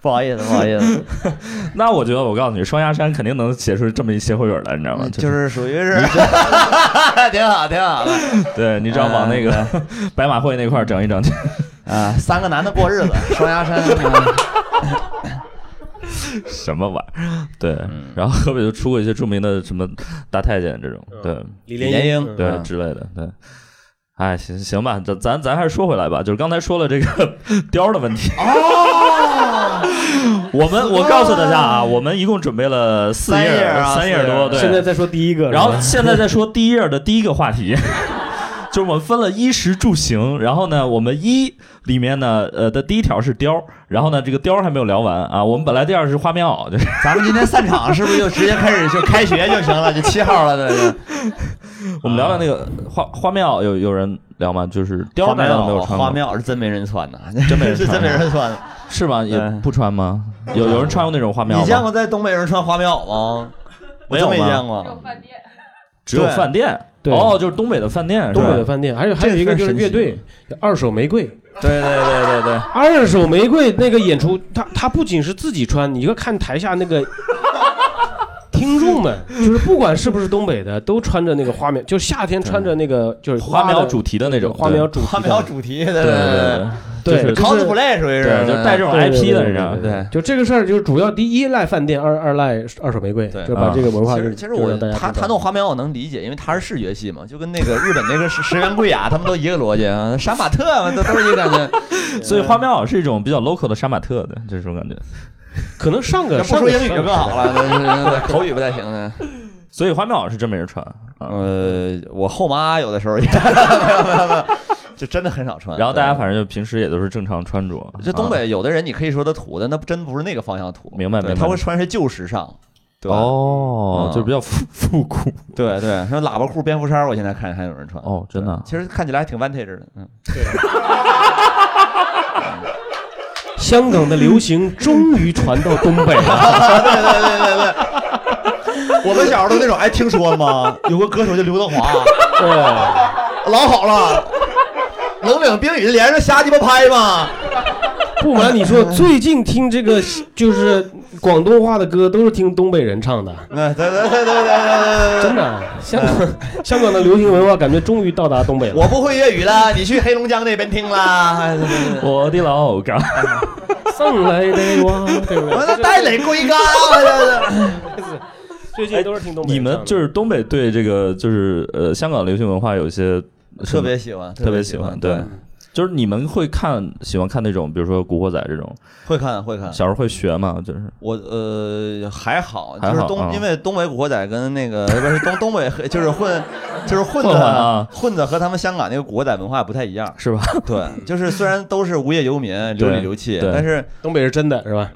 不好意思，不好意 [laughs] 思，
[laughs] 那我觉得我告诉你，双鸭山肯定能写出这么一歇后语来，你知道吗？
就、是属于是，挺好，挺好的
对，你只要往那个、 [laughs] 白马会那块儿整一整，
啊！三个男的过日子，双鸭山。啊
什么玩意儿？对，然后河北就出过一些著名的什么大太监这种，对
李
李
莲
莲
英
英，
对、
嗯
之类的，对。哎，行行吧，咱咱 [laughs] 咱还是说回来吧，就是刚才说了这个貂儿的问题。
哦，
我们我告诉大家啊，我们一共准备了四页
三页
儿，
啊
三页儿
四页
多，
儿
对。
现在再说第一个，
然后
是吧
现在再说第一页的第一个话题， [laughs] 就是我们分了衣食住行。然后呢，我们一里面呢，呃的第一条是貂，然后呢，这个貂还没有聊完啊。我们本来第二是花棉袄，就是
咱们今天散场是不是就直接开始就开学就行了？就七号了，对对。
我们聊聊那个花花棉袄，有有人聊吗？就是貂
花
大
棉
家都没
袄，
有穿
花
过，
棉袄是真没人穿呐，真
没人
是
穿
真没人穿。
是吗？也
对
不穿吗？有有人穿过那种花棉
你
袄
见
吗？
过在东北有人穿花棉袄吗？我
没有
真没
吗
见过。
只有
对
饭店。
对
哦，就是东北的饭店，
东北
是吧
的饭店，还有还有一个就是乐队，二手玫瑰，
对对对对对，
二手玫瑰那个演出，他他不仅是自己穿，你要看台下
[laughs]
那个听众们，就是不管是不是东北的，都穿着那个花棉，就夏天穿着那个就是
花棉
的
袄主题的那种，
花棉袄主题
花棉袄主题，对
对，对
对
对
对，
就是
对，cosplay 属于是，
对，就带这种
对对
IP 的
对
人啊
对，对对就这个事儿，就是主要第一赖饭店，二二赖二手玫瑰，
对
就把这个文化
其
就
实
是
其实我
让大家
他
知
他
道
弄花棉袄能理解，因为他是视觉系嘛，就跟那个日本那个石石原贵雅他们都一个逻辑啊，杀马特嘛，都都是一个感觉。
所以花棉袄是一种比较 local 的杀马特的这种感觉。
可能上
要
个
不
上
说
个
英语就更好了，对对对对口语不太行呢。
所以花棉袄是真没人穿，嗯
呃，我后妈有的时候也 [laughs] 没有没有没有，就真的很少穿。
然后大家
对
反正就平时也都是正常穿着。
这东
啊
北有的人你可以说他土的，那真不是那个方向土，
明白
对
明白
他会穿是旧时尚。对吧，
哦
嗯，
就是比较复复古
对对，说喇叭裤、蝙蝠衫，我现在看还有人穿。
哦，真的啊。
其实看起来还挺 vintage 的，
[laughs]
嗯，
香港的流行终于传到东北了，
[laughs] 我们小时候都那种，哎，听说了吗？ [laughs] 有个歌手叫刘德华，
对，
老好了，冷冷冰雨连着瞎鸡巴拍嘛。
不瞒你说，最近听这个就是广东话的歌，都是听东北人唱的，
对对对对对对对对
真的。啊香港香港的流行文化感觉终于到达东北
[laughs]
了。
我不会粤语了，你去黑龙江那边听
[laughs]
啦。哎对对对
我的老家，
送来的我，对
[laughs]
不
我
对？
那带垒归
[laughs]
家，我这是
最近都是听东北
你
人唱的。
们就是东北对这个就是呃香港流行文化有一些
特别喜欢，
嗯特别喜
喜
欢，
对
对，，就是你们会看喜欢看那种，比如说《古惑仔》这种，
会看会看。
小时候会学嘛，就是
我呃还好，
还
就
好
是
啊
东，因为东北古惑仔跟那个 [laughs] 不是东东北黑就是混，就是混
混混啊
的混的和他们香港那个古惑仔文化不太一样。
是吧？
对，就是虽然都是无业游民，流里流气，
对
但是
东北是真的是吧？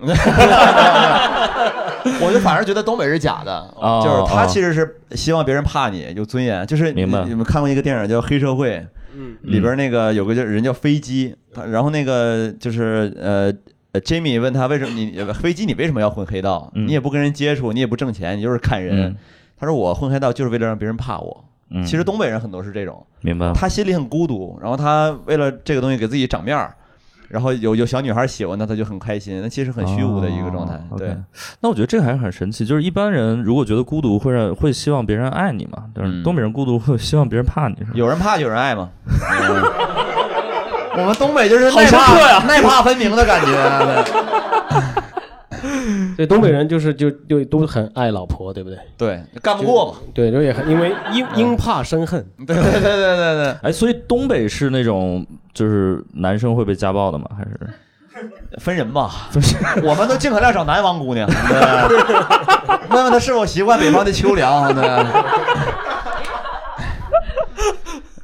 我就反而觉得东北是假的，
[laughs] 哦
就是他
哦
其实是希望别人怕你有尊严，就是你
明白
你们看过一个电影叫《黑社会》，
嗯，
里边那个有个叫人叫飞机，他然后那个就是呃。呃 Jamie 问他为什么你飞机你为什么要混黑道？
嗯
你也不跟人接触，你也不挣钱，你就是看人。
嗯
他说我混黑道就是为了让别人怕我。
嗯，
其实东北人很多是这种，
明白了，
他心里很孤独，然后他为了这个东西给自己长面儿，然后有有小女孩喜欢他，他就很开心。那其实很虚无的一个状态，
哦
对
OK，那我觉得这个还是很神奇，就是一般人如果觉得孤独，会让会希望别人爱你嘛，但是
嗯
东北人孤独会希望别人怕你，是吧？
有人怕有人爱嘛。嗯 [laughs] 我们东北就是
好
耐
深刻
怕、
呀
耐怕分明的感觉，啊
所以东北人就是就就都很爱老婆，对不对？
对，干不过嘛。
对，就也很因为因因怕生恨，
对对对对对对。
哎，所以东北是那种就是男生会被家暴的吗？还是
分人吧，我们都尽可量找南方姑娘，对问问她是否习惯北方的秋凉，对。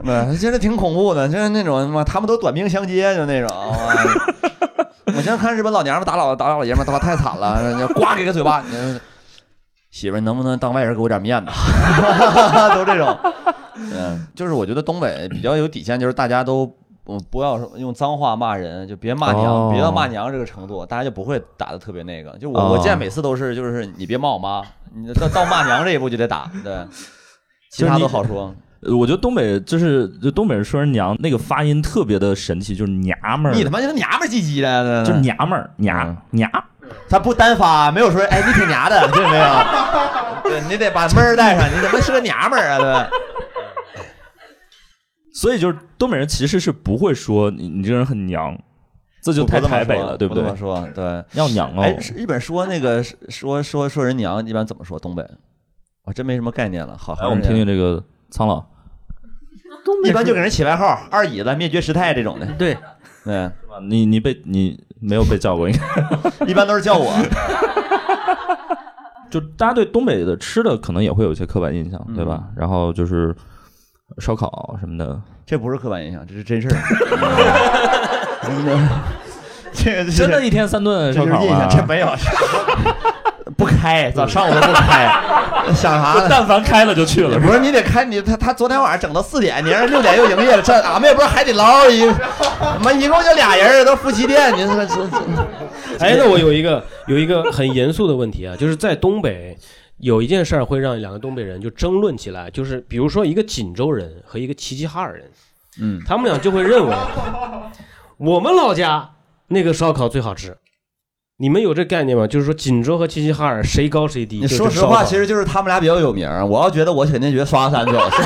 对，真的挺恐怖的，就是那种妈，他们都短兵相接，就那种。哇我现在看日本老娘们打老打老爷们儿，他妈太惨了，人家呱给个嘴巴。你说媳妇儿，能不能当外人给我点 [laughs] 面子？都这种。嗯，就是我觉得东北比较有底线，就是大家都嗯不要用脏话骂人，就别骂娘，
哦
别到骂娘这个程度，大家就不会打的特别那个。就我、
哦
我见每次都是，就是你别骂我妈，你到到骂娘这一步就得打，对，其
就是
他
你
都好说。
呃我觉得东北就是就东北人说人娘那个发音特别的神奇，就是娘们儿，
你他妈就是娘们儿唧唧的，
就是娘们儿
嗯
娘娘，
他不单发，没有说哎你挺娘的，听见没有？ [laughs] 对你得把妹儿带上，你怎么是个娘们儿啊？
所以就是东北人其实是不会说你你这人很娘，这 [laughs]
对，
就太台北了，对
不
不
这
对
么？说，对。
要娘哦，
哎，是日本说那个说说说人娘一般怎么说？东北，我真没什么概念了。好，
哎来我们听听这个苍老，
东北
一般
是
就给人起外号，二椅子、灭绝师太这种的。
对，
对，
你你被你没有被叫过，应
[laughs]
该
一般都
[laughs]
是叫我。
就大家对东北的吃的可能也会有一些刻板印
嗯
象，对吧？然后就是烧烤什么的，
这不是刻板印象，这是真事儿。真的， [laughs] 这个
真的，一天三顿
这
烧
就是啊
烤
印
吗
象，？这 [laughs] 没有，不开，早上午都不开，想啥 [laughs] 呢？
但凡开了就去了，
不是你得开你他他昨天晚上整到四点，你让人六点又营业了，这俺们也不是海底捞一，我们一共就俩人，都夫妻店，你说这这
哎，那我有一个有一个很严肃的问题啊，就是在东北有一件事儿会让两个东北人就争论起来，就是比如说一个锦州人和一个齐齐哈尔人，
嗯，
他们俩就会认为我们老家那个烧烤最好吃。你们有这概念吗？就是说锦州和齐齐哈尔谁高谁低？
你
就是
说实
烧
话，
烤
其实就是他们俩比较有名儿。我要觉得我肯定觉得刷山最好吃。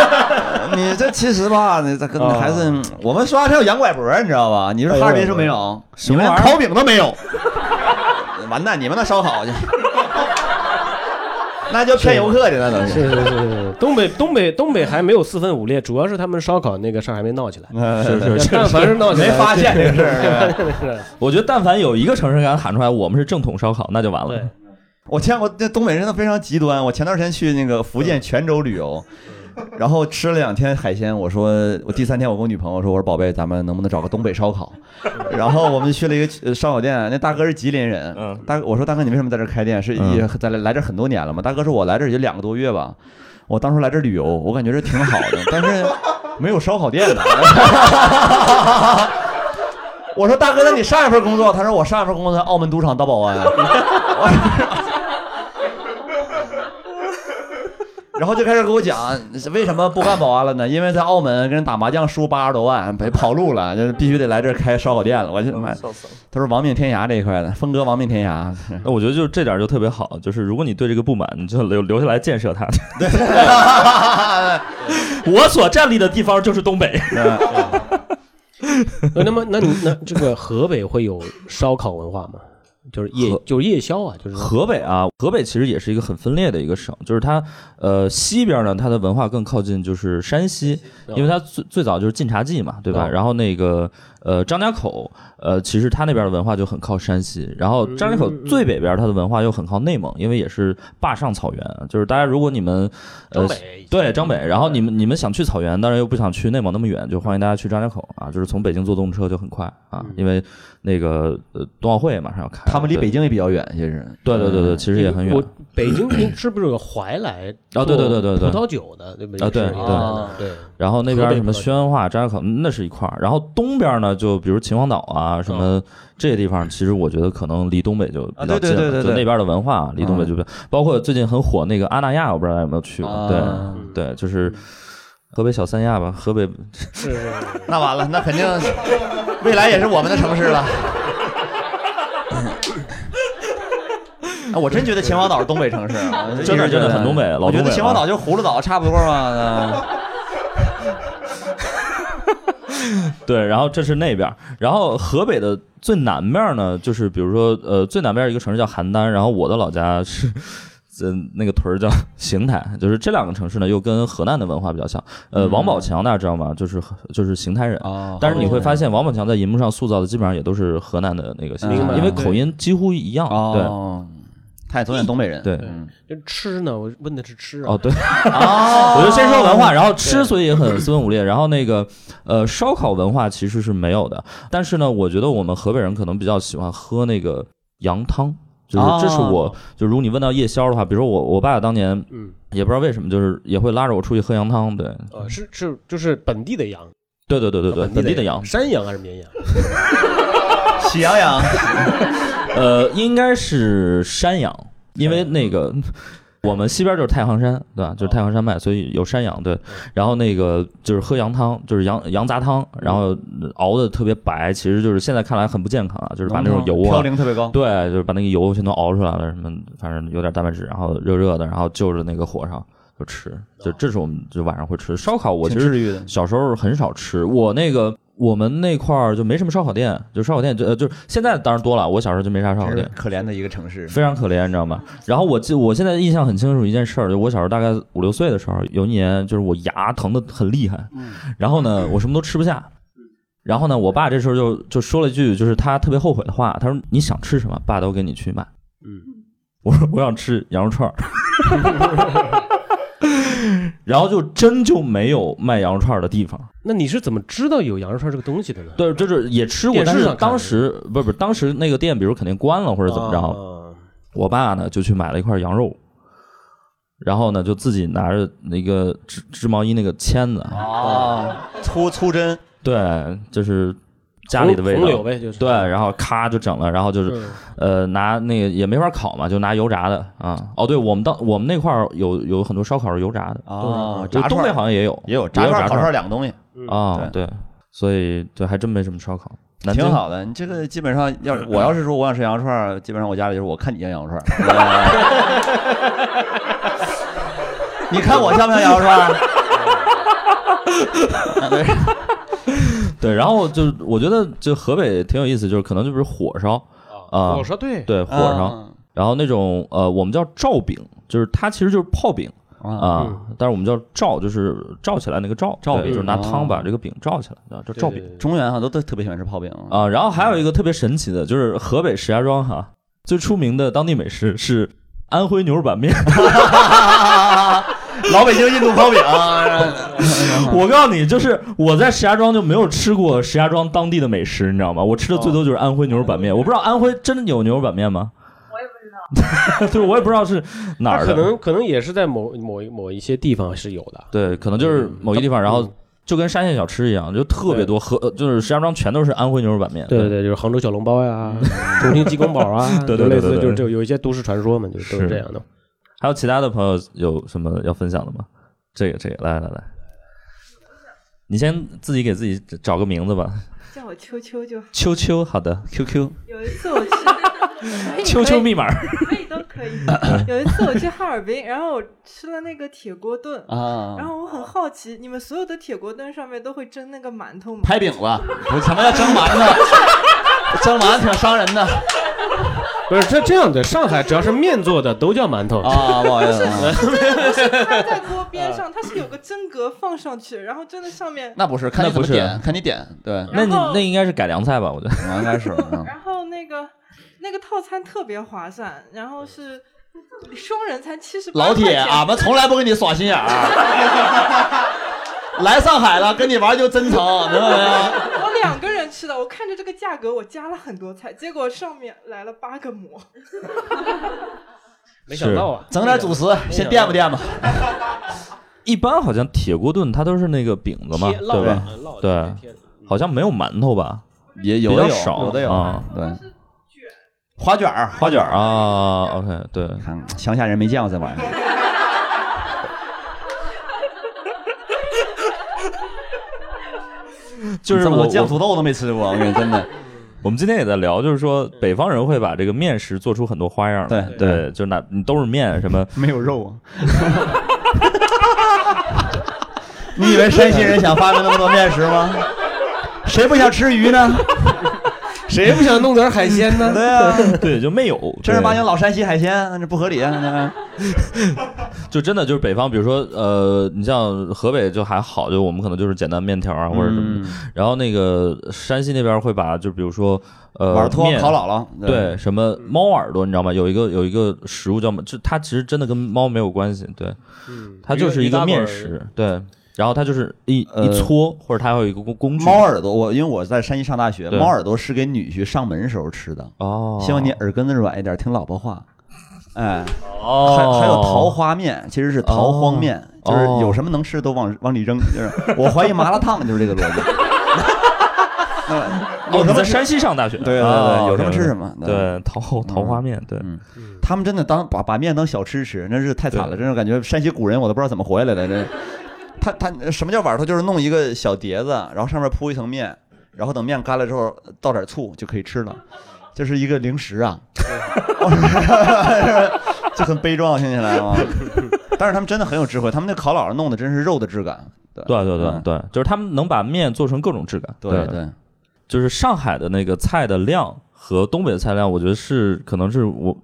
[laughs] 你这其实吧，你这跟
啊
还是、我们刷山有羊拐脖，你知道吧？你说哈尔滨是没有，你
什么
们连
玩意儿
烤饼都没 [laughs] 有，完蛋，你们那烧烤 [laughs] 去，那就骗游客去，那都是。
是是是是是，东北东北东北还没有四分五裂，主要是他们烧烤那个事儿还没闹起来。
嗯是
是是，但凡是闹起来，
没发现这个事 [laughs] 儿。
我觉得但凡有一个城市敢喊出来我们是正统烧烤，那就完
[laughs] 对
了。
我见过那东北人真的非常极端。我前段时间去那个福
嗯
建泉州旅游，然后吃了两天海鲜。我说我第三天我跟我女朋友说，我说宝贝，咱们能不能找个东北烧烤？
嗯
[laughs] 然后我们去了一个呃烧烤店，那大哥是吉林人。
嗯
大我说大哥你为什么在这儿开店？是
嗯
也在来来这儿很多年了吗？大哥说我来这儿也就两个多月吧。我当初来这儿旅游，我感觉这挺好的，但是没有烧烤店的。 [laughs] 我说大哥，那你上一份工作？他说我上一份工作在澳门赌场当保安。然后就开始给我讲为什么不干保安了呢？因为在澳门跟人打麻将输八十多万，被跑路了，就是必须得来这儿开烧烤店了。我就妈，他说亡命天涯这一块的，峰哥亡命天涯。
那我觉得就是这点就特别好，就是如果你对这个不满，你就留留下来建设它。 [laughs] 我所站立的地方就是东北，
[laughs] 呃那么，那你那这个河北会有烧烤文化吗？就是夜
河
就是夜宵啊，就是
河北啊，河北其实也是一个很分裂的一个省，就是它，呃，西边呢，它的文化更靠近就是山西，因为它最最早就是晋察冀嘛，对吧？
嗯
然后那个，呃，张家口，呃，其实它那边的文化就很靠山西，然后张家口
嗯嗯嗯
最北边它的文化又很靠内蒙，因为也是坝上草原，啊就是大家如果你们，呃，
北
对张北，
嗯
然后你们你们想去草原，但是又不想去内蒙那么远，就欢迎大家去张家口啊，就是从北京坐动车就很快啊，
嗯
因为那个呃冬奥会马上要开了，
他们离
对嗯
北京也比较远，其实。
对对对对，
嗯
其实也很远
我。北京你是不是有个怀来
啊对对对对对
做葡萄酒的对不对？
啊对
是
对
啊对，
然后那边
河
儿
北
什么
比较
宣化、张家口嗯那是一块儿，然后东边儿呢，就比如秦皇岛啊什么这些地方，其实我觉得可能离东北就比较
嗯啊对对
近了，
对对
就
对嗯
那边儿的文化离东北就比较，包括最近很火那个阿那亚，我不知道大家有没有去过，
啊
对对，就是河北小三亚吧，河北
是是是，
那完了，那肯定未来也是我们的城市了。啊我真觉得秦皇岛是东北城市，啊我
真的
一直觉得
真的很东北老
我觉
东北
得
了
秦皇岛就是葫芦岛差不多嘛。嗯 [laughs]
对，然后这是那边儿，然后河北的呃最南边儿呢，就是比如说呃最南边儿一个城市叫邯郸，然后我的老家是。呃，那个屯儿叫邢台，就是这两个城市呢，又跟河南的文化比较像。呃，王宝强大家知道吗？就是就是邢台人，
嗯哦
但是你会发现王宝强在银幕上塑造的基本上也都是河南的那个形
明
象，
白
因为口音几乎一样。
哦，他也总演东北人。
对对
嗯
就吃呢，我问的是吃啊
哦， [laughs] 对，
啊
[laughs] 我就先说文化，然后吃，所以也很斯文 [laughs] 武烈。然后那个，呃，烧烤文化其实是没有的，但是呢，我觉得我们河北人可能比较喜欢喝那个羊汤，就是
哦
这是我，就如果你问到夜宵的话，比如说我我爸当年
嗯，
也不知道为什么，就是也会拉着我出去喝羊汤，对，
呃是是就是本地的羊，
对对对对对，啊本地的羊，
山羊还是绵羊？
喜羊羊，
呃，应该是山羊，因为那个我们西边就是太行山，对吧？就是太行山脉，所以有山羊。对，然后那个就是喝羊汤，就是羊羊杂汤，然后熬的特别白，其实就是现在看来很不健康啊，就是把那种油
嘌
啊。
呤哦特别高。
对，就是把那个油全都熬出来了，什么反正有点蛋白质，然后热热的，然后就着那个火上就吃，就这是我们就晚上会吃烧烤。我其
挺
实
治愈的，
小时候很少吃，我那个我们那块儿就没什么烧烤店，就烧烤店就呃就是现在当然多了，我小时候就没啥烧烤
真是
店，
可怜的一个城市。
非常可怜，你知道吗？然后我记，我现在印象很清楚一件事儿，就我小时候大概五六岁的时候，有一年就是我牙疼的很厉害，然后呢，我什么都吃不下，然后呢，我爸这时候就就说了一句，就是他特别后悔的话，他说：“你想吃什么，爸都给你去买。” [laughs]
嗯，
我说：“我想吃羊肉串儿。” [laughs] 然后就真就没有卖羊肉串儿的地方。
那你是怎么知道有羊肉串这个东西的呢？
对，就是也吃过，
电视
但是
上看
当时不是不是当时那个店，比如肯定关了或者怎么着，
啊
着？
我爸呢就去买了一块羊肉，然后呢就自己拿着那个织织毛衣那个签子，哦
啊，粗粗针，
对，就是家里的味
红柳
道，
呗，就是
对，然后咔就整了，然后就是
嗯
呃拿那个也没法烤嘛，就拿油炸的啊。哦，对，我们当我们那块儿有有很多烧烤是油炸的，
啊，
就
炸
东北
串
好像也有
也有
也
炸
有
串、
炸
烤
串
串两个东西，
啊，对，所以对还真没什么烧烤，南京
挺好的。你这个基本上要是我要是说我想吃羊肉串儿，基本上我家里就是我看你像羊肉串儿， [laughs] 你看我像不像羊肉串儿？
对，然后就是我觉得就河北挺有意思，就是可能就是火烧啊，
我说对，
对火烧。
嗯
然后那种呃，我们叫罩饼，就是它其实就是泡饼
啊，
啊，但是我们叫罩，就是罩起来那个罩，罩
饼
就是拿
啊
汤把这个饼罩起来啊，叫罩饼
饼
中原哈都特特别喜欢吃泡饼啊，
啊。然后还有一个特别神
嗯
奇的，就是河北石家庄哈最出名的当地美食是安徽牛肉板面。 [laughs]
老北京印度
[laughs]
泡饼啊，
我告诉你，就是我在石家庄就没有吃过石家庄当地的美食，你知道吗？我吃的最
哦
多就是安徽牛肉板面。
嗯
我不知道安徽真有牛肉板面吗？我也不 [laughs] 知道，对，我也不知道是哪
它
儿
可
的。
能可能也是在某某一某一些地方是有的，
对，可能就是某一个地方，然后
嗯
就跟沙县小吃一样，就特别多，河呃就是石家庄全都是安徽牛肉板面。
对对对，就是杭州小笼包呀， [laughs] 重庆鸡公煲啊，
嗯 [laughs] 对对
就
对
类
对
似
对
就是就有一些都市传说嘛，就都
是
是这样的。
还有其他的朋友有什么要分享的吗？这个这个，来来来，你先自己给自己找个名字吧。
叫我秋秋就好。
秋秋，好的，QQ，
有一次我 [laughs] 去，哎可以
秋秋密码。
可以都可以。有一次我去哈尔滨，然后我吃了那个铁锅炖，然
啊，
后我很好奇，你们所有的铁锅炖上面都会蒸那个馒头吗？
拍饼子，我什么叫蒸馒头？蒸馒头挺伤人的
不是这这样的，上海只要是面做的都叫馒头。
啊，不好意思，
[laughs]
啊，
它在锅边
[laughs]
上，它是有个真格放上去，然后真的上面，
那不是，看你
那
怎
不
么
是
点，看你点，对，
那你
然后
那应该是改良菜吧？我觉得。
我开始嗯
然后那个那个套餐特别划算，然后是双人餐七十八
老
块
铁，啊
钱。
俺们从来不跟你耍心眼儿。啊 [laughs] 来上海了，跟你玩就真诚，明白没有？
我两个人吃的，我看着这个价格，我加了很多菜，结果上面来了八个馍。
没想到啊，
整点主食，先垫吧垫吧。
一般好像铁锅炖它都是那个饼子嘛，
贴烙
对吧？
的烙
对
的贴的
好像没有馒头吧？
也
比较少，啊
啊。对，花卷儿，
花卷儿啊，OK，对，
看乡下人没见过这玩意 [laughs] 儿。
就是
这么多
我
酱
我
土豆都没吃过，我跟你真的。 [laughs]
我们今天也在聊，就是说北方人会把这个面食做出很多花样
对
来，对，就哪你都是面什么，
没
[laughs]
有肉啊。
你以为山西人想发明那么多面食吗？谁不想吃鱼呢？
谁不想弄点海鲜
[laughs]
呢？
对啊呀、
对，就没
[laughs]
有
正儿八经
对
老山西海鲜，这不合理啊！
就真的就是北方，比如说呃，你像河北就还好，就我们可能就是简单面条啊或者什
嗯
么的，然后那个山西那边会把就比如说呃
碗托
面
烤嗯姥姥，
对，什么猫耳朵，你知道吗？有一个有一个食物叫什就它其实真的跟猫没有关系，对，
嗯
[laughs] 它就是一个面食，对。然后它就是一
呃
一搓，或者它有一个工工具。
猫耳朵，我因为我在山西上大学，
对
猫耳朵是给女婿上门时候吃的，
哦，
希望你耳根子软一点，听老婆话。哎，
哦，
还还有桃花面，其实是桃荒面，
哦
就是有什么能吃都往往里扔。就是我怀疑麻辣烫就是这个逻辑。 [laughs] 嗯
哦，
有
你
什么
在
吃
山西上大学？对
对对对，有什么吃什
么。
么。
对，桃桃花面，对，
嗯他们真的当把把面当小吃吃，那是太惨了，真是感觉山西古人我都不知道怎么活下来的。这，他他什么叫碗头？就是弄一个小碟子，然后上面铺一层面，然后等面干了之后倒点醋就可以吃了，这是一个零食啊，就很悲壮，听起来啊。但是他们真的很有智慧，他们那烤姥姥弄的真是肉的质感。
对对对
嗯
对，就是他们能把面做成各种质感。
对对，
就是上海的那个菜的量和东北的菜量，我觉得是可能是我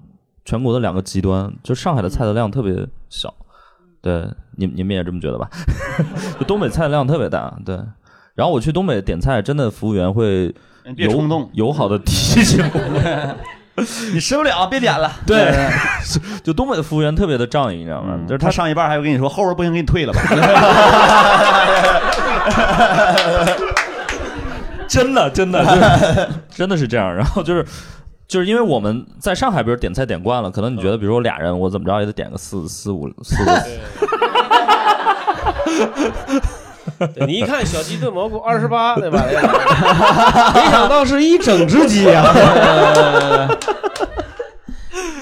全国的两个极端。就上海的菜的量特别 [laughs] 小，对，你你们也这么觉得吧？就东北菜的量特别大，对。然后我去东北点菜，真的服务员会
别冲动
友友好的提醒我，
你吃不了，别点了。
对， [laughs] 就东北的服务员特别的仗义，你知道吗？嗯就是
嗯他上一半还会跟你说后边不行，给你退了吧。
真的真的就是 [laughs] 真的是这样。然后就是就是因为我们在上海，比如点菜点惯了，可能你觉得，比如说我俩人，我怎么着也得点个四四五四五。
对你一看小鸡炖蘑菇二十八，
[laughs]
对吧？哎没想到是一整只鸡
[laughs]
啊！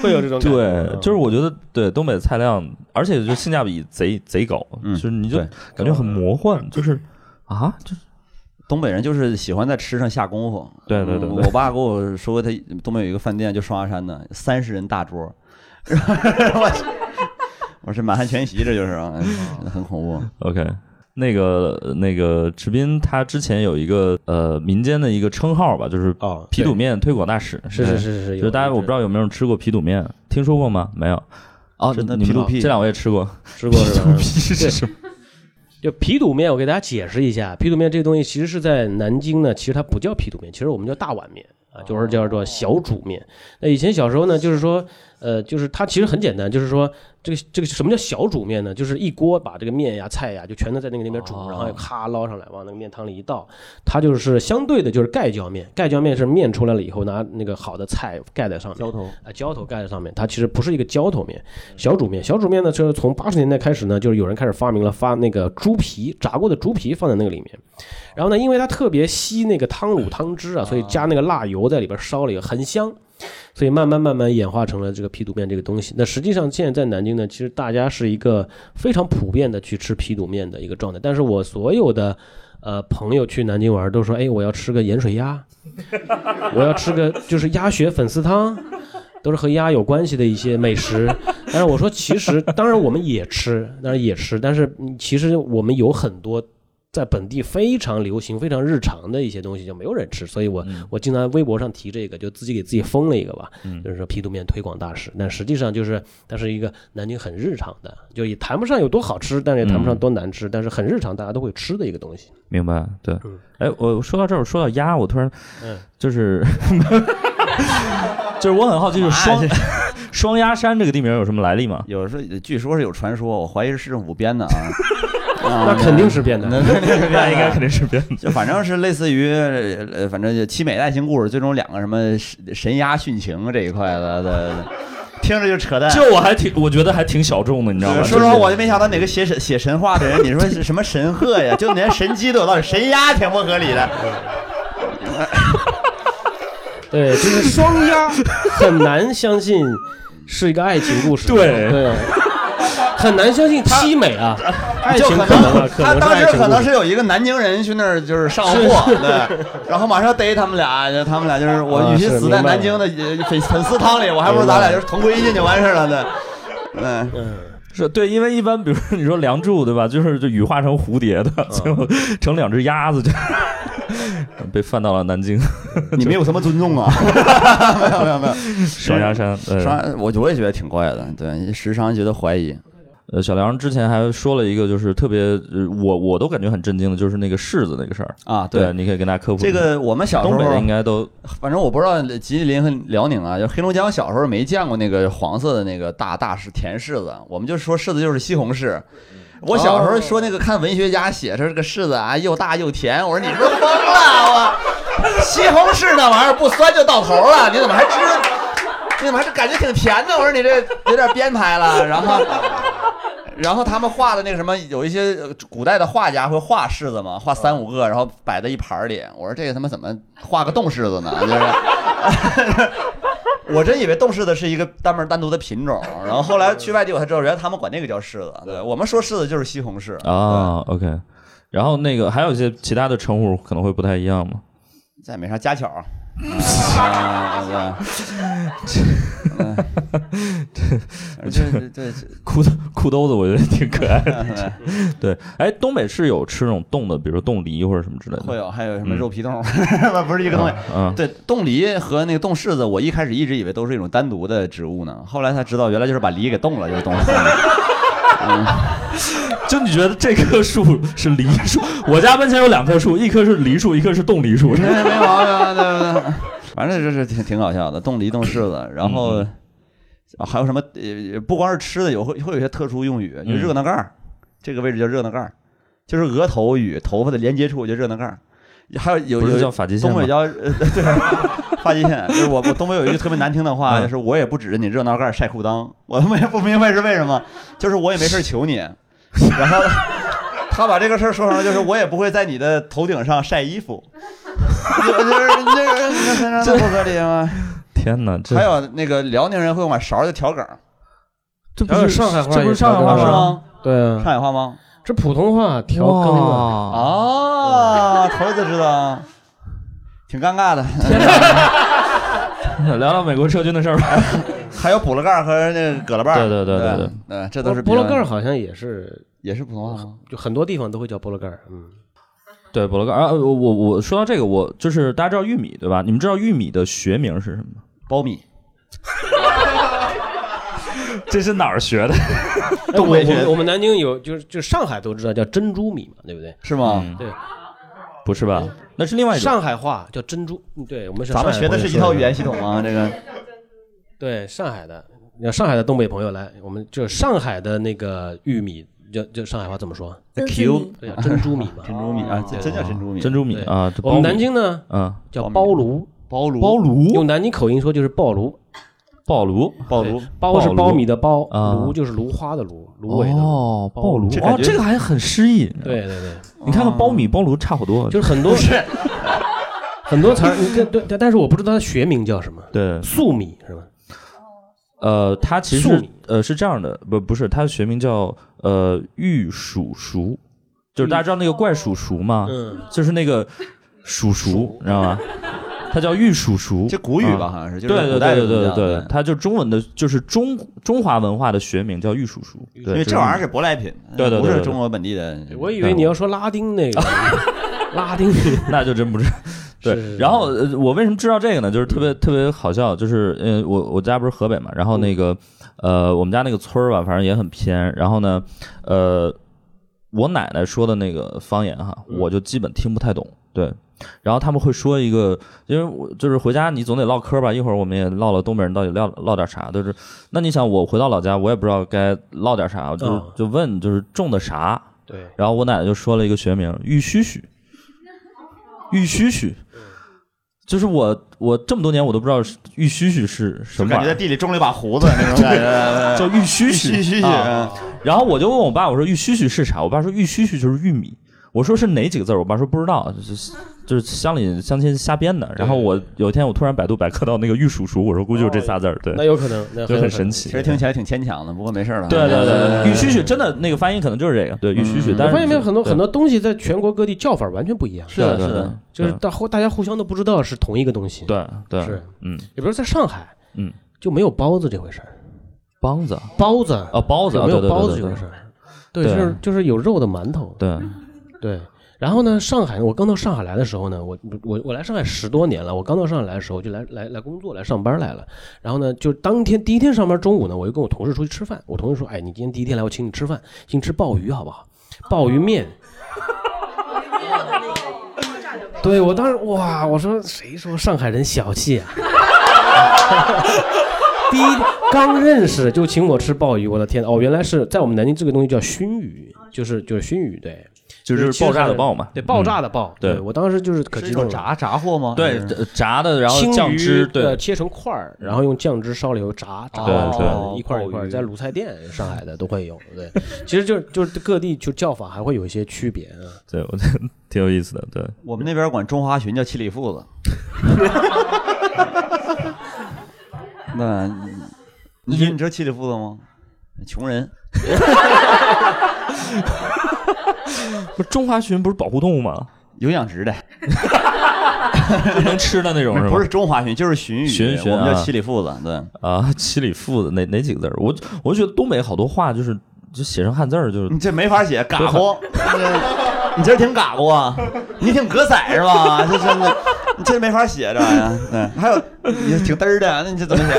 会有这种感觉
对，就是我觉得对东北菜量，而且就性价比贼贼高，就是你就
对
感觉很魔幻，就是啊，就是
东北人就是喜欢在吃上下功夫。
对对对
嗯
对
我爸给我说，他东北有一个饭店，就双鸭山的，三十人大桌。 [laughs] 我是满汉全席，这就是啊，很恐怖。
OK，那个那个池斌他之前有一个呃民间的一个称号吧，就是
哦，
皮肚面推广大使。
是是是是，
就是大家我不知道有没有吃过皮肚面，听说过吗？没有。哦，
真的
你们
皮肚屁
这两位也吃过。
吃过
[laughs]
是吧？
是什么？
就皮肚面，我给大家解释一下，皮肚面这东西其实是在南京呢，其实它不叫皮肚面，其实我们叫大碗面啊，就是叫
哦
做小煮面。那以前小时候呢，就是说，呃，就是它其实很简单，就是说这个这个什么叫小煮面呢？就是一锅把这个面呀、菜呀，就全都在那个里面煮，
哦
然后咔捞上来，往那个面汤里一倒，它就是相对的就是盖浇面，盖浇面是面出来了以后拿那个好的菜盖在上面，
头
啊，浇头盖在上面，它其实不是一个浇头面，小煮面。小煮面呢，就是从八十年代开始呢，就是有人开始发明了发那个猪皮炸过的猪皮放在那个里面，然后呢，因为它特别吸那个汤卤汤汁啊，所以加那个辣油在里边烧了以后很香，所以慢慢慢慢演化成了这个皮肚面这个东西。那实际上现在在南京呢，其实大家是一个非常普遍的去吃皮肚面的一个状态，但是我所有的。呃，朋友去南京玩都说，哎，我要吃个盐水鸭，我要吃个就是鸭血粉丝汤，都是和鸭有关系的一些美食。但是我说，其实当然我们也吃，当然也吃，但是嗯其实我们有很多在本地非常流行、非常日常的一些东西就没有人吃，所以我、我经常微博上提这个，就自己给自己封了一个吧，就是说皮肚面推广大使。但实际上就是，它是一个南京很日常的，就也谈不上有多好吃，但是也谈不上多难吃，但是很日常，大家都会吃的一个东西。
明白，对
嗯。
哎，我说到这儿，我说到鸭，我突然
嗯，
[laughs] 就是就是我很好奇，就是
哎
双 [laughs] 双鸭山这个地名有什么来历吗？
有时候据说是有传说，我怀疑是市政府编 [laughs] 的啊。啊
那肯定是变的。
[laughs] 那肯定是编的，应该
肯定是编
就反正是类似于，呃，反正就凄美的爱情故事，最终两个什么神神鸭殉情这一块的，的听着就扯淡。啊
这我还挺，我觉得还挺小众的，你知道吗？
说实话，我就没想到哪个写神写神话的人， [laughs] 你说是什么神鹤呀，就连神鸡都有道理，神鸭挺不合理的。
对，就是双鸭，很难相信是一个爱情故事。
对
对，很难相信凄美啊，爱
就
情
可
可能啊，可
他
能是
当时
爱情
可
故
能
事。
是有一个南京人去那儿就是上货，对，然后马上逮他们俩，就他们俩就是我，
啊
与其
是
死在
明白
南京的呃粉粉丝汤里，我还不如咱俩就是同归于尽就完事儿了，对，嗯。
是对，因为一般比如说你说《梁祝》对吧，就是就羽化成蝴蝶的，
嗯
[laughs] 最后成两只鸭子，就 [laughs] 被放到了南京
你没有什么尊重啊！没有没有没有，
双鸭山。
商
呃，
我我也觉得挺怪的，对，时常觉得怀疑。
呃小梁之前还说了一个，就是特别呃我我都感觉很震惊的，就是那个柿子那个事儿。
啊，
对，，你可以跟大家科普
这个我们小时
东
候
北的应该都
反正我不知道吉林和辽宁啊，就黑龙江小时候没见过那个黄色的那个大大柿甜柿子，我们就说柿子就是西红柿。我小时候说那个看文学家写说这个柿子啊又大又甜，我说你不是疯了我，西红柿那玩意儿不酸就到头了，你怎么还知？你怎么还是感觉挺甜的？我说你这有点编排了。然后，然后他们画的那个什么，有一些呃古代的画家会画柿子嘛，画三五
嗯
个，然后摆在一盘儿里。我说这个他妈怎么画个冻柿子呢？
[laughs]
就是，我真以为冻柿子是一个单门单独的品种。然后后来去外地我才知道，原来他们管那个叫柿子。对我们说柿子就是西红柿
嗯啊、o k 然后那个还有一些其他的称呼可能会不太一样嘛。
对再没
[laughs]
啥家巧儿。啊，对，嗯
[laughs]
对对对，
裤兜裤兜子我觉得挺可爱的。 [laughs] 对，哎，东北是有吃那种冻的，比如冻梨或者什么之类的。
会有，啊还有什么
嗯
肉皮冻， [laughs] 不是一个东西。
嗯，
对，冻梨和那个冻柿子，我一开始一直以为都是一种单独 [laughs] 的植物呢，后来才知道原来就是把梨给冻了就是冻柿子。
就你觉得这棵树是梨
[laughs]
树？我家门前有两棵树，一棵是梨树，一棵是冻梨树。
没没毛病，啊对不对？ [laughs] 反正这是挺挺搞笑的，冻梨冻柿子，然后、啊还有什么呃，不光是吃的，有会会有一些特殊用语，就热闹盖儿，这个位置叫热闹盖儿，就是额头与头发的连接处叫热闹盖儿。还有有
不是
有
叫发际线
东
吗
北？叫呃 [laughs] 对发际线，就是我我东北有一句特别难听的话，
嗯
就是我也不指着你热闹盖儿晒裤裆，我他妈也不明白是为什么，就是我也没事儿求你，然后他把这个事儿说成了就是我也不会在你的头顶上晒衣服，就是就是这这这不合理吗？
天哪，这
还有那个辽宁人会管勺儿叫调梗儿，
这
不是
上海话，
这不是上海话
是
吗？
吗？
对
上
嗯
啊，
海话吗？
这普通话调更啊，
啊，
哦，头一次知道，挺尴尬的。
聊聊美国撤军的事儿吧。
还有补了盖儿和那个葛了瓣儿，
对对对对
对
对，
嗯，这都是比
波
较
罗盖儿好像也是，
也是普通
哦
话吗？
就很多地方都会叫波罗盖儿。嗯，
[laughs] 对，菠萝盖啊，我我我说到这个，我就是大家知道玉米对吧？你们知道玉米的学名是什么吗？
苞米，
这是哪儿学的？
东北
哎我们
学
我们南京有，就是就上海都知道叫珍珠米嘛，对不对？
是
嗯
吗？
不是吧？那是另外一种。
上海话叫珍珠，嗯对我们是
咱们
上海
学的
朋友
是一套
说
语言系统吗？这
[laughs]
个
对，上海的，你要上海的东北朋友来，我们就上海的那个玉米，就就上海话怎么说？
哎
真是
Q
你
对啊，珍珠米
[laughs]
嘛。
珍珠米啊，这真叫珍珠米，
珍珠米
对
啊，这
我们
苞米
南京呢
嗯，
叫
苞
包
米
炉，
包炉
包炉
用南京口音说就是爆炉，
爆炉
包炉
对，包是
爆
苞
炉
米的包，
啊
炉就是芦花的芦，芦苇的芦。
哦，爆炉
这感
哦，
觉嗯
这个还很诗意。，
对对对，
你看看苞米、包炉差好多。
就是很多很多词儿，你这对，但但是我不知道它学名叫什么，
对，
粟米是吧？
呃，它其
粟
实
米
呃是这样的，不不是，它的学名叫呃玉鼠熟，就是大家知道那个怪鼠熟
啊
吗？
嗯，
就是那个鼠熟，你知道吗？它叫玉鼠熟，
[laughs] 这古语吧，
啊
好像是，就
对
是
对
古代
对
的
对对
古语
对
啊，
它就中文的，就是中中华文化的学名叫玉鼠熟，
因
对，
为这玩意儿
是
是舶来品，
对对对
不
对
是
对
中国本地
嗯
的。
我以为你要说拉丁
[laughs]
那个拉丁语，
那就真不是。对，
是嗯
然后呃我为什么知道这个呢？就是特别特别好笑，就是呃，我我家不是河北嘛，然后那个
嗯
呃，我们家那个村儿吧，反正也很偏，然后呢，呃，我奶奶说的那个方言哈，
嗯
我就基本听不太懂，对。然后他们会说一个，因为我就是回家你总得唠嗑吧，一会儿我们也唠了东北人到底唠唠点啥，就是那你想我回到老家，我也不知道该唠点啥，我就是
嗯
就问就是种的啥，
对，
然后我奶奶就说了一个学名玉须须，玉须须，就是我我这么多年我都不知道是玉须须是什
就
么
感
玩意
觉在
儿，
地里种了一把胡子那
[laughs]
种感觉，
叫玉 [laughs] 须
嘘
须
嘘嘘，
啊。然后我就问我爸，我说玉须须是啥？我爸说玉须须就是玉米。我说是哪几个字儿？我爸说不知道，就是就是乡里乡亲瞎编的。然后我有一天我突然百度百科到那个玉蜀黍，我说估计就这仨字儿，对
哦那，有可能，那
就很
有可能
神。奇。
其实听起来挺牵强的，不过没事了。
对对对，对玉须须真的那个发音可能就是这个，对玉须须。
嗯
但
我
是
发现没有，很多
对啊
很多东西在全国各地叫法完全不一样，
是的
对对
是的
对
就是大互大家互相都不知道是同一个东西。，
对对
是，
嗯，
也不是在上海，
嗯，
就没有包子这回事儿，
梆子
包子
啊，包子，
有没
对
有
对
包
对
子这
对
回
对
事儿，对，
对
就是就是有肉的馒头，
对，
对。然后呢，上海，我刚到上海来的时候呢，我我我来上海十多年了。我刚到上海来的时候就来来来工作来上班来了。然后呢，就当天第一天上班中午呢，我就跟我同事出去吃饭。我同事说：“哎，你今天第一天来，我请你吃饭，请你吃鲍鱼好不好？鲍鱼面。”对，我当时哇，我说谁说上海人小气啊？ [laughs] 第一刚认识就请我吃鲍鱼，我的天哦，原来是在我们南京这个东西叫熏鱼，就是就是熏鱼，对，
就是爆炸的爆嘛，嗯
对，爆炸的爆，
对
我当时就是可
是
激
一
动
种
了。
炸炸货吗？
对
还是
呃炸的，然后
嗯青
酱
鱼
汁，
呃
对
切成块儿，然后用酱汁烧了以后炸，炸
对
完之后
对
一块儿一块
鲍
儿，
鱼
在卤菜店上海的都会有，对，其实就是就是各地就叫法还会有一些区别
[laughs]
啊。
对，我觉得挺有意思的，对，
我们那边管中华鲟叫七里铺子。 [laughs] 那你你知道七里铺子吗？穷人，
不是中华鲟不是保护动物 [laughs] 吗？
有养殖的，
就能吃的那种是吗？
[laughs] 不是中华鲟就是鲟鱼，
鲟鲟
我们叫
啊
七里铺子。对，
啊，七里铺子哪哪几个字儿？我我就觉得东北好多话就是就写成汉字儿，就是
你这没法写，嘎
[laughs]
咕，这你今儿挺嘎咕啊，你挺格仔是吧？这真的，你这没法写这玩意儿。对，还有你挺嘚儿的，那你这怎么写？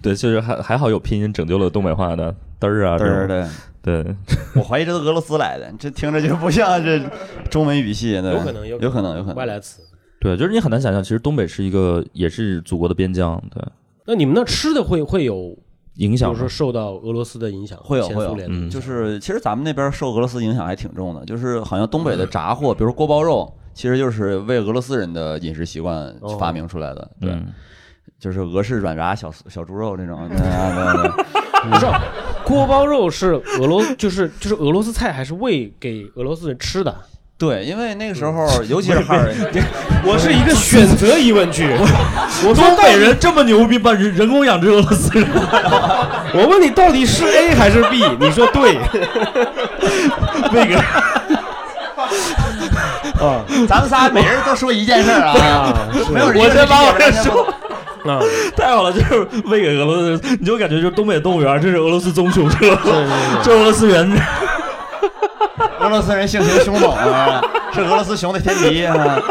对，就是还还好有拼音拯救了东北话的嘚儿啊，
嘚
这
儿
种
的，
对，
我怀疑这都俄罗斯来的，这听着就不像这中文语系，对吧
有可能有可能
有可能，有
嗯
可
外
能。
来词。
对，就是你很难想象，其实东北是一个也是祖国的边疆，对，
那你们那吃的会会有，
影
比
响
如说受到俄罗斯的影响，
会有
前
会有
苏联
嗯
的影响
就是其实咱们那边受俄罗斯影响还挺重的，就是好像东北的
嗯
炸货，比如锅包肉，其实就是为俄罗斯人的饮食习惯发明出来的，对，
哦嗯
就是俄式软炸小小猪肉这
[laughs]
种，对啊对对
不是锅包肉是俄罗，就是就是俄罗斯菜，还是喂给俄罗斯人吃的？
对，因为那个时候
嗯
尤其是哈尔滨，
我是一个选择疑问句。 [laughs] 我说
东
到
北
底，
人这么牛逼，把人人工养殖俄罗斯人，
[laughs] 我问你到底是 A 还是 B？你说对， [laughs] 那个 [laughs] 啊
咱们仨每人都说一件事儿啊，
啊，是
没有人
我先把我
这
这说。
啊，
太好了，就是喂给俄罗斯人，你就感觉就是东北动物园，这是俄罗斯棕熊，这
对对
这俄罗斯人，
[laughs] 俄罗斯人性情凶猛啊，是俄罗斯熊的天敌啊，
对啊，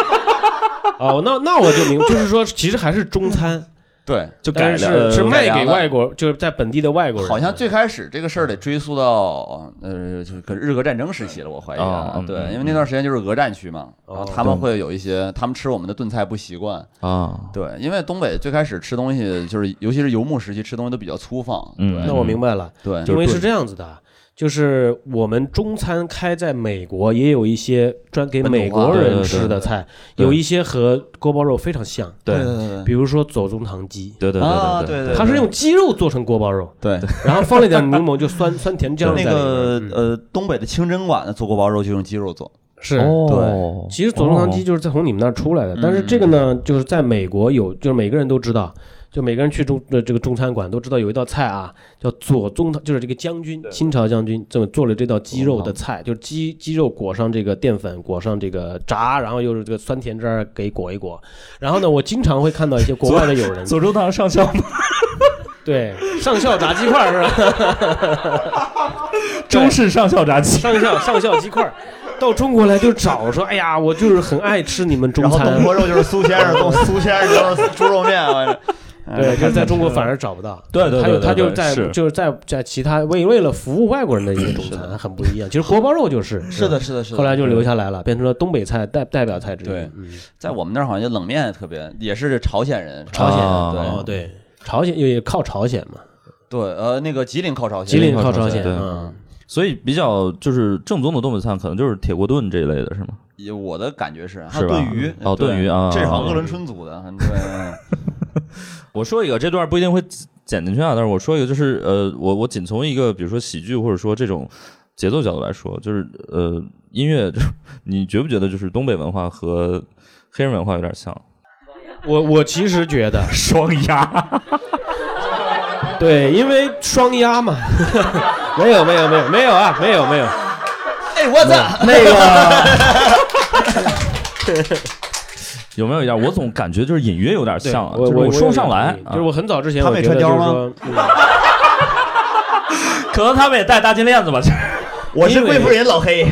那那我就明，就是说，其实还是中餐，
对。
就改
但
良
是
呃
是
改
卖给
良了
外国，就是在本地的外国人。
好像最开始这个事儿得追溯到呃，就是跟日俄战争时期了，我怀疑
哦
啊
嗯，
对
嗯，
因为那段时间就是俄战区嘛，
哦
然后他们会有一些，他们吃我们的炖菜不习惯，
啊，
对，因为东北最开始吃东西就是，尤其是游牧时期吃东西都比较粗放，
嗯
那
对
我明白了，
对，
因为
就是
这样子的。啊就是我们中餐开在美国，也有一些专给
本土化
美国人吃的菜，
对对对
有一些和锅包肉非常像，
对
对对
比如说左宗棠鸡，
对对
啊
对
对对，
它是用鸡肉做成锅包肉，
对
然后放了一点柠檬，就酸酸甜酱在
那
里面。
个
嗯
呃东北的清真馆的做锅包肉就用鸡肉做，
是，
哦，嗯
其实左宗棠鸡就是在从你们那儿出来的，但是这个呢，就是在美国有，就是每个人都知道，就每个人去中呃这个中餐馆都知道有一道菜啊，叫左宗棠，就是这个将军，清朝将军这么做了这道鸡肉的菜，就是鸡鸡肉裹上这个淀粉，裹上这个炸，然后又是这个酸甜汁儿给裹一裹，然后呢，我经常会看到一些国外的友人
哦左宗棠上校
对上校炸鸡块儿是吧？
中式上校炸鸡，
上校上校鸡块儿到中国来就找说，哎呀，我就是很爱吃你们中
然后
餐啊
东，坡肉就是苏先
[laughs]
生，东苏先生就是猪肉面，啊我
对，就是在中国反而找不到。
对对对
还有
对
他
对
就是在
是
就是在在其他为为了服务外国人的一个中餐很不一样。其实锅包肉就是
[laughs] 是，的，是的，是的。
后来就留下来了，变成了东北菜代代表菜之一。
对
嗯，
在我们那儿好像就冷面特别，也是朝鲜人，
朝鲜
啊
对
哦对，朝鲜也也靠朝鲜嘛，
对，呃，那个吉林靠朝鲜，
吉林靠
朝
朝
鲜
鲜
对嗯
啊。
所以比较就是正宗的东北菜，可能就是铁锅炖这一类的，是吗？
也我的感觉是，还
是
有
吧
炖鱼
哦
对
炖鱼啊
这是好像鄂伦春族的，嗯
[laughs]
对，
我说一个，这段不一定会剪进去啊，但是我说一个，就是呃，我我仅从一个比如说喜剧或者说这种节奏角度来说，就是呃，音乐，就是你觉不觉得就是东北文化和黑人文化有点像？
[laughs] 我我其实觉得
[laughs] 双鸭，
[laughs] 对，因为双鸭嘛，没有没有没有没有啊，没有没有。
哎，我操，
那个啊
[laughs] 有没有一点？我总感觉就是隐约有点
对
像啊，
我
就是
我
说不上来，
就是
啊
我很早之前
他
我
没
觉得
穿
就
貂
是
吗
说，嗯
可能他们也戴大金链子吧。
[laughs] 我是贵妇人老黑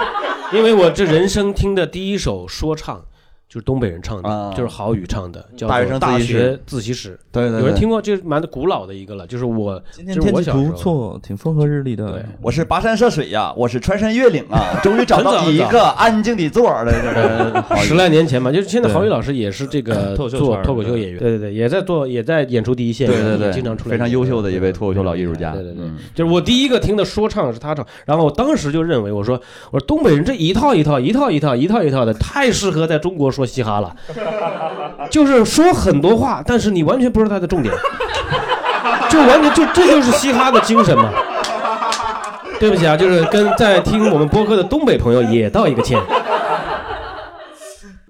[laughs]
因为我这人生听的第一首说唱就是东北人唱的，
啊
就是郝宇唱的，叫
大学
做《
生
大
自习室
学自习室》。
对对
有人
对
听过，就是蛮古老的一个了，就是我，
今
天天气不
错，挺风和日丽的
我是跋山涉水呀，我是穿山越岭啊，终于找到一
很早很呃
个安静的座儿了，这是
十来年前吧，就是现在
对
郝宇老师也是
[coughs]
这个
脱口秀圈
做
儿
脱口秀
对
演员，对对对，也在做，也在演出第一线，
对对
也
对，
经常出来，
非常优秀的一位脱口秀老艺术家，
对对对，
嗯
就是我第一个听的说唱是他唱，然后我当时就认为，我说我说东北人这一套一套一套一套一套一套的，太适合在中国说嘻哈了，就是说很多话，但是你完全不知道他的重点，就完全就这就是嘻哈的精神嘛。对不起啊，就是跟在听我们播客的东北朋友也道一个歉。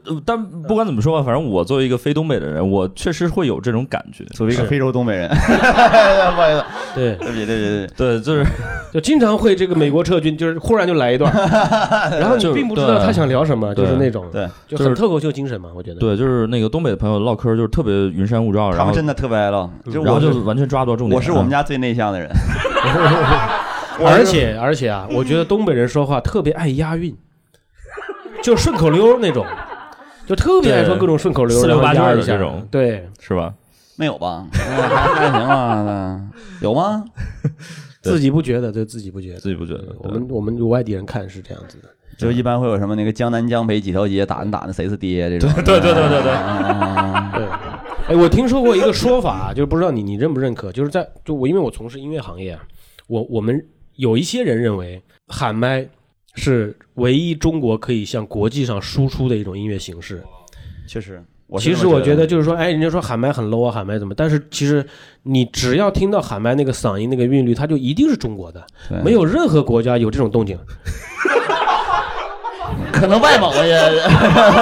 呃但不管怎么说吧，反正我作为一个非东北的人，我确实会有这种感觉。
作为一个非洲东北人，不好意思，
对，
[laughs] 对不起，对不起对不
[laughs]
起，
对，就是
就经常会这个美国撤军，就是忽然就来一段，然后你
就
并不知道他想聊什么，
对
就是那种，
对，
就
就
很
是
特口秀精神嘛，我觉得。
对，就是那个东北的朋友唠嗑，就是特别云山雾罩，
他
然后
们真的特别爱唠，
嗯
就
然后
我
就完全抓不到重点。啊
我是我们家最内向的人，
[laughs] 而且而且啊，我觉得东北人说话特别爱押韵，就顺口溜那种，就特别爱说
对
各种顺口溜，
四六
然后
八句
押
儿的
一下
这种
对，
是吧？
没有吧？ [laughs] 哎还还行吧，有吗？
自己不觉得，对自己不觉得，
自己不觉得。
我们我们外地人看是这样子的，
就一般会有什么那个江南江北几条街，打人打的谁是爹这种。
对对对对对
啊
对。哎，我听说过一个说法，啊就是不知道你你认不认可，就是在就我因为我从事音乐行业啊，我我们有一些人认为喊麦是唯一中国可以向国际上输出的一种音乐形式。
确实，我是
其
这
实
么
我
觉
觉得就是说，哎，人家说喊麦很 low 啊，喊麦怎么？但是其实你只要听到喊麦那个嗓音、那个韵律，它就一定是中国的，
对
没有任何国家有这种动静。
[laughs] 可能外蒙也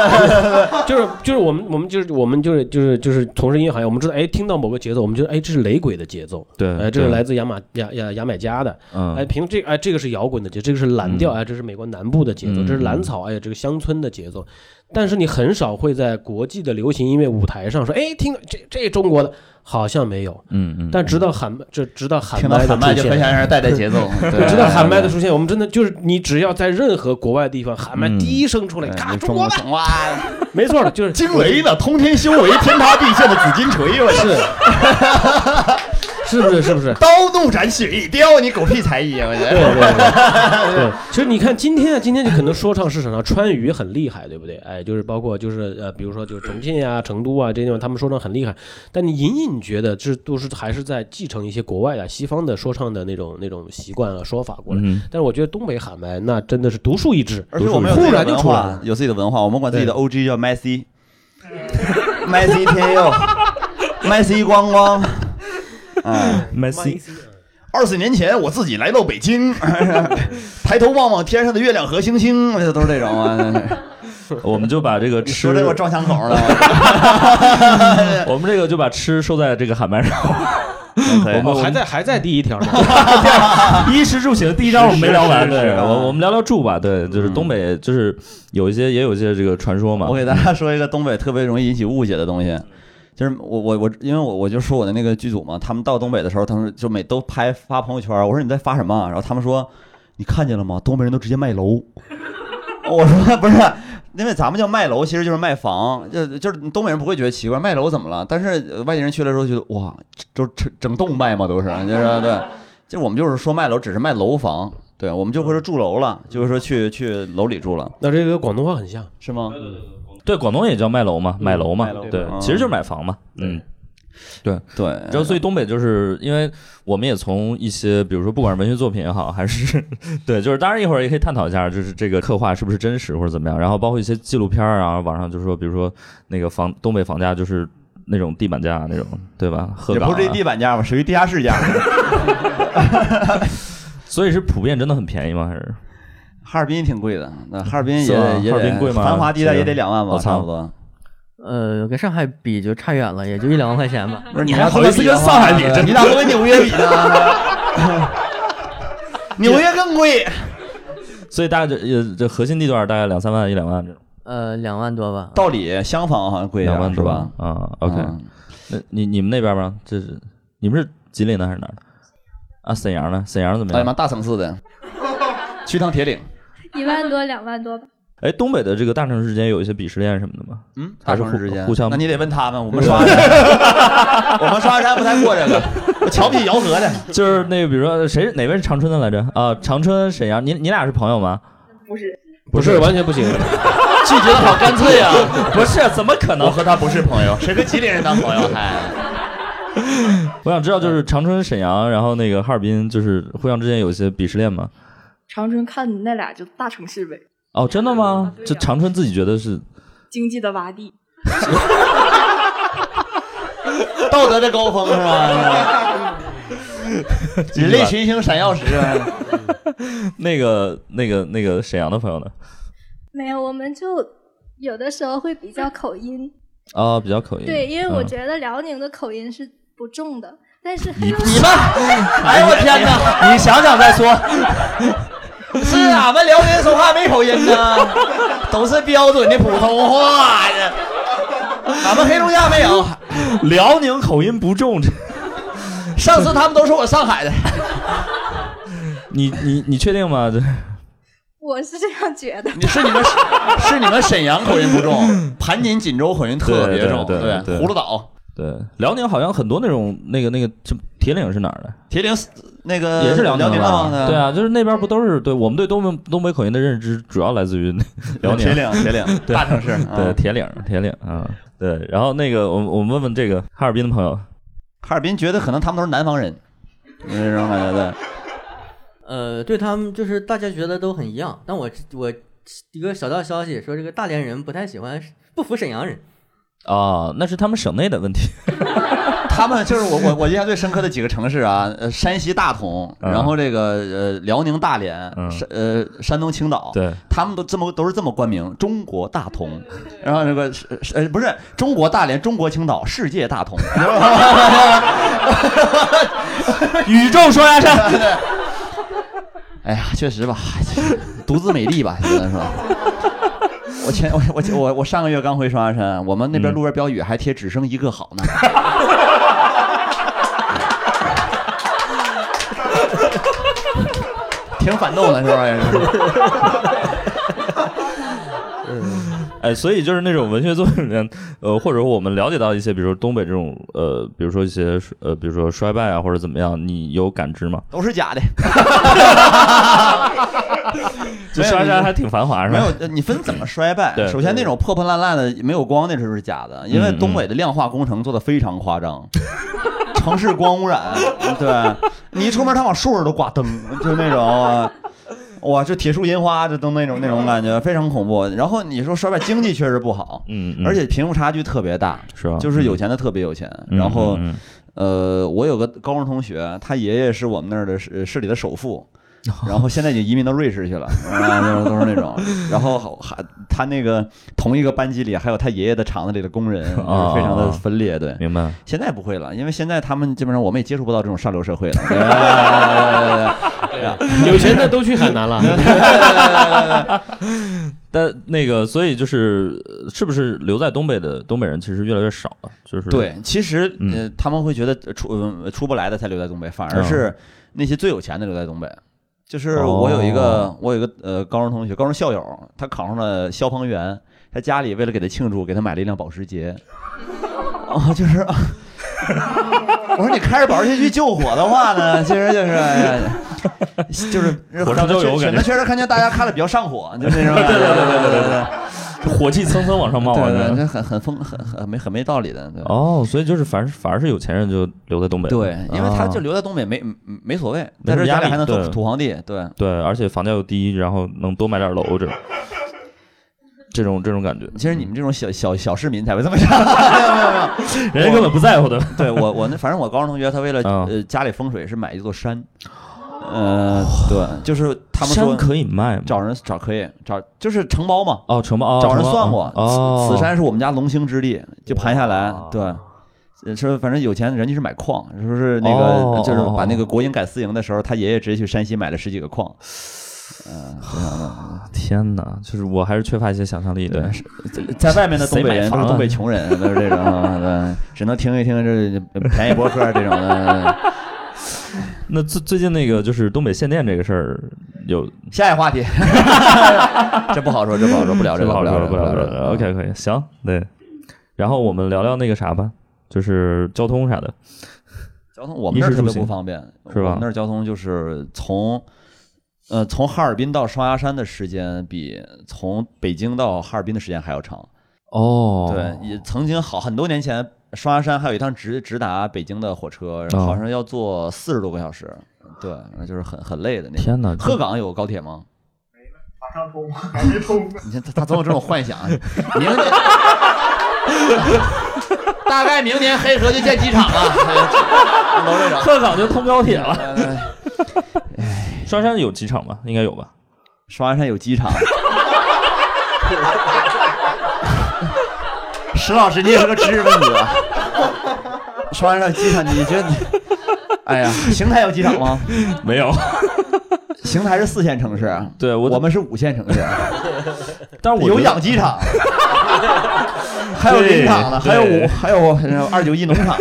[laughs] 就是就是我们我们就是我们就是就是就是从事音乐行业，我们知道，哎，听到某个节奏，我们觉得，哎，这是雷鬼的节奏，
对，
哎，这是
对
来自牙买牙牙牙买加的，哎，
嗯
凭这哎这个是摇滚的节奏，这个是蓝调，哎，这是美国南部的节奏，
嗯
这是蓝草，哎，这个乡村的节奏。但是你很少会在国际的流行音乐舞台上说，哎，听这这中国的，好像没有。
嗯嗯，
但直到喊麦，这直到喊
听到
麦的
喊麦就
出
很
现，
想让人带带节
[laughs]
奏，对
直到
[laughs]
喊麦的出现，我们真的就是你只要在任何国外地方喊麦
嗯
第一声出来，
对
咔，
你
中
中国
国的，
行
[laughs]
哇，
没错，就是
惊雷呢，通天修为，天塌地陷的紫金锤，我是
[laughs] 是不是是不是？
刀怒斩雪翼雕，你狗屁才艺啊！我觉得
对对 [laughs] 对对，其实你看今天啊，今天就可能说唱市场上川渝很厉害，对不对？哎，就是包括就是呃，比如说就是重庆啊、成都啊这些地方，他们说唱很厉害。但你隐隐觉得这都是还是在继承一些国外啊、西方的说唱的那种那种习惯啊、说法过来。
嗯
但是我觉得东北喊麦那真的是独树一帜，
而且我们有
忽
自己的
然就
文
出来
化
了，。
有自己的文化，我们管自己的 OG 叫 [laughs] Messi，Messi 天佑，Messi 光光，
[laughs]
嗯。
，Messi，
二十年前，我自己来到北京， [laughs] 抬头望望天上的月亮和星星，这都是这种
[laughs]
啊。
我们就把这个
[laughs] 你
吃
说这给我撞枪口了，
我们这个就把吃收在这个喊麦上。我们
我哦
啊
还在还在第一条呢，
衣食住行第一章我们没聊完，
是是是
对，嗯
啊
我我们聊聊住吧，对，就是东北就是有一些也有一些这个传说嘛
我，给大家说一个东北特别容易引起误解的东西，就是我我我，因为我我就说我的那个剧组嘛，他们到东北的时候，他们就每都拍发朋友圈，我说你在发什么啊？然后他们说你看见了吗？东北人都直接卖楼。我说不是，因为咱们叫卖楼，其实就是卖房，就就是东北人不会觉得奇怪，卖楼怎么了？但是呃外地人去了之后觉得哇，这都整整栋卖嘛，都是就是对，就我们就是说卖楼，只是卖楼房，对我们就会说住楼了，就是说去去楼里住了，
[laughs] 那这个广东话很像。
是吗？
对，广东也叫卖楼嘛，买楼嘛
卖楼，
对
嗯，
其实就是买房嘛，嗯。
对，
然后，所以东北就是因为我们也从一些，比如说不管是文学作品也好，还是对，就是当然一会儿也可以探讨一下，就是这个刻画是不是真实或者怎么样。然后包括一些纪录片儿啊，网上就说，比如说那个房东北房价就是那种地板价啊那种，对吧？鹤
嗯也
岗、
不
啊
是、这地板价吧，属于地下室价。
所以是普遍真的很便宜吗？还是
[laughs] 哈尔滨挺贵的，那哈尔滨也
是吧
得也
哈尔滨
得
贵吗
繁华地带也得两万吧，
我操
差不多。
呃，跟上海比就差远了，也就一两万
[laughs]
块钱吧。
不是你
还
还
好
好
意
意
思
思
跟
跟
上
上
海
海
比
比？
真
你咋不跟纽约比 [laughs] 呢？纽约更贵。
所以大概就也这核心地段大概两三万一两万这种，
呃，两万多吧。
道理厢房好像贵一
两
点
万
是
多
吧？
啊，OK，、
嗯
那你你们那边吗？这是你们是吉林的还是哪儿的？啊，沈阳呢？沈阳怎么
哎呀
样
妈，？大城市 [laughs] 的，去趟铁岭。
一万多、两万多吧。
哎，东北的这个大城市之间有一些鄙视链什么的吗？
嗯，
还
大
是
城市之间
互互相
那你得问他们，我
[laughs]
们刷山，我们刷山不太过这个，我瞧不起姚河的。
[laughs] 就是那个，比如说谁哪位是长春的来着？啊、长春、沈阳，你你俩是朋友吗？
不是，
不是完全不 [laughs] 行，
拒绝的好干脆啊呀、
[laughs] 不是，怎么可能？
[laughs] 我和他不是朋友，谁跟吉林人当朋友？嗨，
我想知道，就是长春、沈阳，然后那个哈尔滨，就是互相之间有一些鄙视链吗？
长春看那俩就大城市呗，
哦，真的吗？
啊
这长春自己觉得是
经济的洼地。
[laughs] 道德的高峰是 [laughs] 吧？人类群星闪耀时，
[laughs] 那个那个那个沈阳的朋友呢？
没有，我们就有的时候会比较口音，
啊、比较口音。
对，因为我
嗯
觉得辽宁的口音是不重的，但是黑龙
你们，哎呦我天哪！你想想再说。 [laughs] 是俺们辽宁人说话没口音呢， [laughs] 都是标准的普通话呀。俺们黑龙江没有，
辽宁口音不重，这
上次他们都说我上海的。
你你你确定吗？这 [laughs]
我是这样觉
啊
得。
你是 [laughs] 你们嗯是你们沈阳口音不重，盘锦锦州口音特别重，
对对对对
葫芦岛
对，辽宁好像很多那种那个那个什么铁岭是哪儿的？
铁岭那个
也是辽
呃宁
吧
帮的，
对啊，就是那边不都是对我们对东北东北口音的认知，主要来自于那辽宁
铁岭铁岭
对
大城市啊
对铁岭铁岭啊，对。然后那个我们我们问问这个哈尔滨的朋友，
哈尔滨觉得可能他们都是南方人，有这种感觉对。
呃，对他们就是大家觉得都很一样，但我我一个小道消息说，这个大连人不太喜欢不服沈阳人。
啊，那是他们省内的问题。 [laughs]
[laughs] 他们就是我我我印象最深刻的几个城市啊，呃，山西大同，
嗯
然后这个呃辽宁大连，山呃山东青岛，
对，
他们都这么都是这么冠名，中国大同，然后这个是是呃不是中国大连，中国青岛，世界大同， [laughs] 宇宙双鸭山。哎呀，确实吧， [laughs] 独自美丽吧， [laughs] 现在说。我前我我我我上个月刚回双鸭山，我们那边路边标语还贴“只剩一个好”呢。 [laughs] 挺反动的是 [laughs] 吧？也
是。哎，所以就是那种文学作品里面，呃，或者说我们了解到一些，比如说东北这种，呃，比如说一些，呃，比如说衰败啊，或者怎么样，你有感知吗？
都是假的。 [laughs]
就
没有
刷刷还挺繁华是吧
没有，呃你分怎么衰败
对？
首先
对
那种破破烂烂的没有光，那就是假的，因为
嗯嗯
东北的量化工程做的非常夸张，城市光污染，对你一出门，它往树上都挂灯，就那种啊。哇，这铁树银花，这都那种那种感觉，非常恐怖。然后你说衰败，经济确实不好，
嗯
而且贫富差距特别大，
是吧
就是有钱的特别有钱，
嗯
然后
嗯嗯
呃，我有个高中同学，他爷爷是我们那儿的市市里的
[laughs]
首富，然后现在已经移民到瑞士去了，啊，就是都是那
[laughs]
种。然后还他那个同一个班级里还有他爷爷的厂子里的工人，就
啊
是非常的分裂。对，
明白。
现在不会了，因为现在他们基本上我们也接触不到这种上流社
[laughs]
会了。对对对对对对
有钱的都去海 [laughs] 南了
对对对对对对
但那个，所以就是，呃是不是留在东北的东北人其实越来越少了？就是
对，其实
嗯
呃，他们会觉得呃出呃出不来的才留在东北，反而
嗯
是那些最有钱的留在东北。就是
哦
我有一个、我有一个呃高中同学，高中校友，他考上了消防员，他家里为了给他庆祝，给他买了一辆保时捷。啊、就是，我说你开着保时捷去救火的话呢，其实就是，哎呀就是
火上浇油
可
感觉
能确实看见大家看的比较上火，就那种感觉。
对对对对对对对，火气蹭蹭往上冒啊，
对对，
这
这很很疯，很很没很没道理的。对
哦，所以就是反反而是有钱人就留在东北了，
对，因为他
啊
就留在东北没没没所谓，
没
在
什
这
么
家
压
里
力
还能
对
做土皇帝，对
对，而且房价又低，然后能多买点楼这种，这种这种感觉。
其实你们这种小小小市民才会这么
[laughs]
想，没有没有没有，
人家根本不在乎的。
对我我那反正我高中同学他为了
嗯
呃家里风水是买一座山，呃对，就是他们说
哦山可以卖吗？
找人找可以找就是承包嘛，
哦，承包哦，
找人
承包
算过，
哦，
此此山是我们家龙兴之地，就盘下来，对。呃说反正有钱人家是买矿，说是那个、
哦
就是把那个国营改私营的时候，他爷爷直接去山西买了十几个矿，嗯、非常的
哦天哪，就是我还是缺乏一些想象力的。
在外面的东北
谁买
人都
房
是
啊
东北穷人， [laughs] 都是这种，对，只能听一听这便宜博客这
[laughs]
种的。
那最最近那个就是东北限电这个事儿，有
下一个话题， [laughs] 这不好说，这不好说，不聊这个，
不好
聊
说
这
了，
个，嗯
不聊
这
了
个
不聊了。OK，可以，行，对。然后我们聊聊那个啥吧，就是交通啥的。
交通我们那儿
衣食
特
住
别
行
不方便，
是吧
我们那儿交通就是从，呃，从哈尔滨到双鸭山的时间比从北京到哈尔滨的时间还要长。
哦，
对，也曾经好很多年前，双鸭山还有一趟直直达北京的火车，
哦
好像要坐四十多个小时。对，就是很很累的那种。
天哪
鹤岗有高铁吗？
马上通，还没通呢。
[laughs] 你看他他总有这种幻
[laughs]
想，啊明年 [laughs] 大概明年黑河就建机场了， [laughs] 楼队哎长。
鹤岗就通高铁了。双山有机场吧？应该有吧？
双鸭山有机场。 [laughs] 石老师，你也是个知识分子。双鸭山有机场，你觉得？哎呀，邢台有机场吗？
没有。
邢台是四线城市，啊
对我
我们是五线城市，
但是我觉
有
得
养鸡 [laughs] 场，还有林场呢，
对
还有
对
我还有二九一农 [laughs] 场。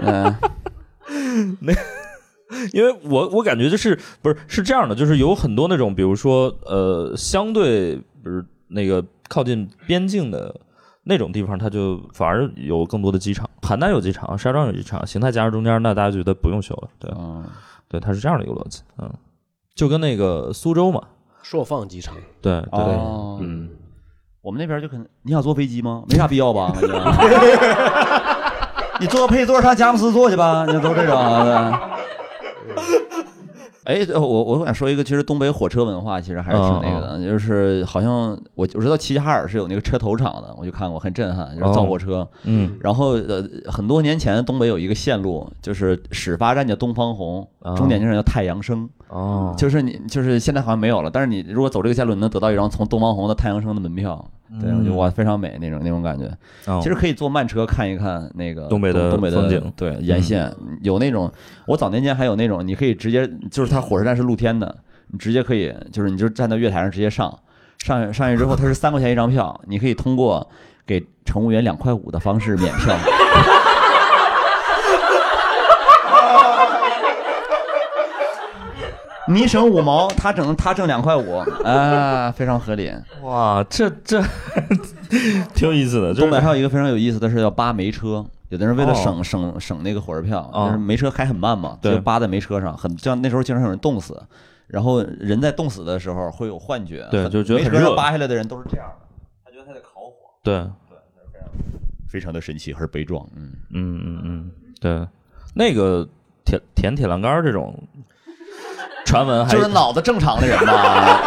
嗯，
那。因为我我感觉就是不是是这样的，就是有很多那种，比如说呃，相对比如那个靠近边境的那种地方它就反而有更多的机场，邯郸有机场，石家庄有机场，邢台夹着中间，那大家觉得不用修了，
嗯
对，对，它是这样的一个逻辑，嗯，就跟那个苏州嘛，
硕放机场，
对对，
哦
嗯，
我们那边就可能，你想坐飞机吗？没啥必要吧？感觉 [laughs] 你坐个配座上佳木斯坐去吧，你都这种啊的。 [laughs] 哎，我我想说一个，其实东北火车文化其实还是挺那个的，就是好像我我知道齐齐哈尔是有那个车头厂的，我就看过，很震撼，就是造火车。
嗯
然后呃，很多年前东北有一个线路，就是始发站叫东方红，终点站叫太阳升。
哦
就是你就是现在好像没有了，但是你如果走这个线路，你能得到一张从东方红到太阳升的门票。对，
嗯
我觉得哇，非常美那种那种感觉。
哦
其实可以坐慢车看一看那个
东北的
东北的
风景嗯
对，沿线有那种，我早年间还有那种，你可以直接就是它火车站是露天的，你直接可以就是你就站到月台上直接上，上上去之后它是三块钱一张票，你可以通过给乘务员两块五的方式免票。 [laughs] 你省五毛，他整他挣两块五，啊，非常合理。
哇，这这 [laughs] 挺有意思的。就是
东北还有一个非常有意思的是叫扒煤车，有的人为了省、
哦
省省那个火车票，
哦
就是煤车开很慢嘛，
对
就扒在煤车上，很像那时候经常有人冻死，然后人在冻死的时候会有幻觉，
对
很
就觉得
煤
很
车上
热
扒下来的人都是这样的，他觉得他在烤火，
对，
非常的神奇，还是悲壮，嗯。
嗯嗯嗯，对，那个铁舔铁栏杆儿这种传闻还
就是脑子正常的人
[laughs]
吧，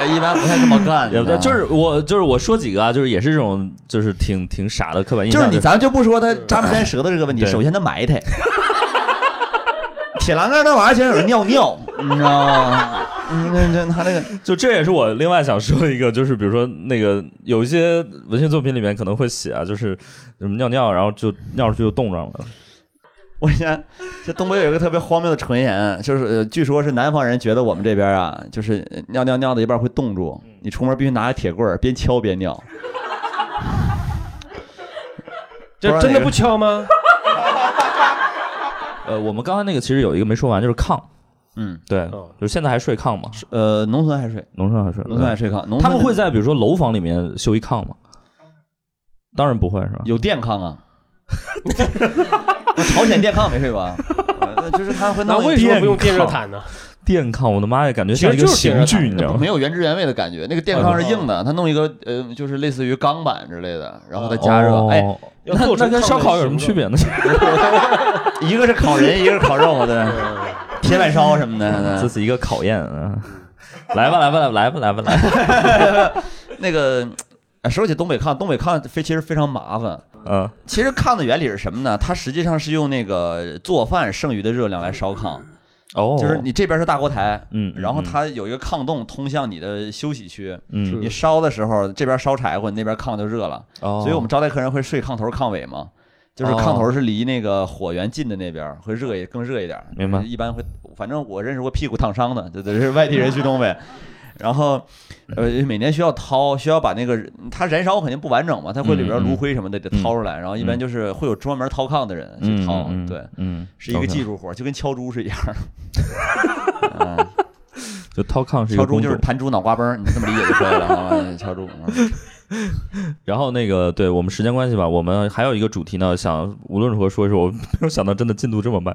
呃一般不太这么干
也不对，
的。
就是我就是我说几个啊，就是也是这种就是挺挺傻的刻板印
[laughs] 就
象，
是你，咱就不说他扎不扎舌头这个问题，
对
首先他埋汰。 [laughs] 铁栏杆那玩意儿，竟然有人尿尿，你知道吗？嗯，那那他那个
就这也是我另外想说的一个，就是比如说那个有一些文学作品里面可能会写啊，就是什么尿尿，然后就尿出去就冻上了，
我以前这东北有一个特别荒谬的传言，就是、呃、据说是南方人觉得我们这边啊，就是呃尿尿尿到一半会冻住，
嗯
你出门必须拿个铁棍儿边敲边
[laughs]
尿。
这
知道
真
哪
的
个
不敲吗？
呃，我们刚才那个其实有一个没说完，就是炕，
嗯，
对
哦，
就是现在还睡炕吗？
呃，农村还睡，
农村还睡，
农村还睡炕，农村
他们会在比如说楼房里面修一炕吗？当然不会是吧？
有电炕啊。 [laughs] 我朝鲜电炕没睡过
[laughs]
啊，呃就是他会
那
弄一
为什么不用电热毯呢？
电炕，我的妈呀，感觉
其实
像一个
就是电
刑
热
具，
毯
你知道吗
没？有原汁原味的感觉，那个电炕是硬的，他弄一个呃，就是类似于钢板之类的，然后再加热。
哦
哎，， [laughs]
那
要做成
那跟
炕
烧
的
烤有什
形
么区
状
别呢？ [laughs]
一个是烤人，一个是烤肉的，
[laughs]
铁板烧什么
嗯
的。
这是一个考验啊！ [laughs] 来吧，来吧，来吧，来吧，来吧，
那个哎说起东北炕，东北炕非其实非常麻烦。
嗯，
其实炕的原理是什么呢？它实际上是用那个做饭剩余的热量来烧炕，
哦，
就是，你这边是大锅台，
嗯，
然后，它有一个炕洞通向你的休息区。
嗯，
你烧的时候，这边烧柴火，那边炕就热了，
哦，
所以我们招待客人会睡炕头炕尾嘛，就是炕头是离那个火源近的那边会热一更热一点，
明白
一般会，反正我认识过屁股烫伤的，这这是外地人去东北，
[laughs]
然后呃每年需要掏，需要把那个它燃烧肯定不完整嘛，它会里边
嗯嗯
炉灰什么的得
嗯
掏出来，然后一般就是会有专门掏炕的人去
嗯
掏，
嗯
对，，
嗯，
是一个
OK
技，术活，就跟敲猪是
[laughs]
一样的。嗯
就掏炕是一
敲
个
猪
工
就
种
是。弹珠脑瓜崩儿，你这么理解就可以了
[laughs]
啊！敲猪，嗯
然后那个，对我们时间关系吧，我们还有一个主题呢，想无论如何说一说，我没有想到真的进度这么慢。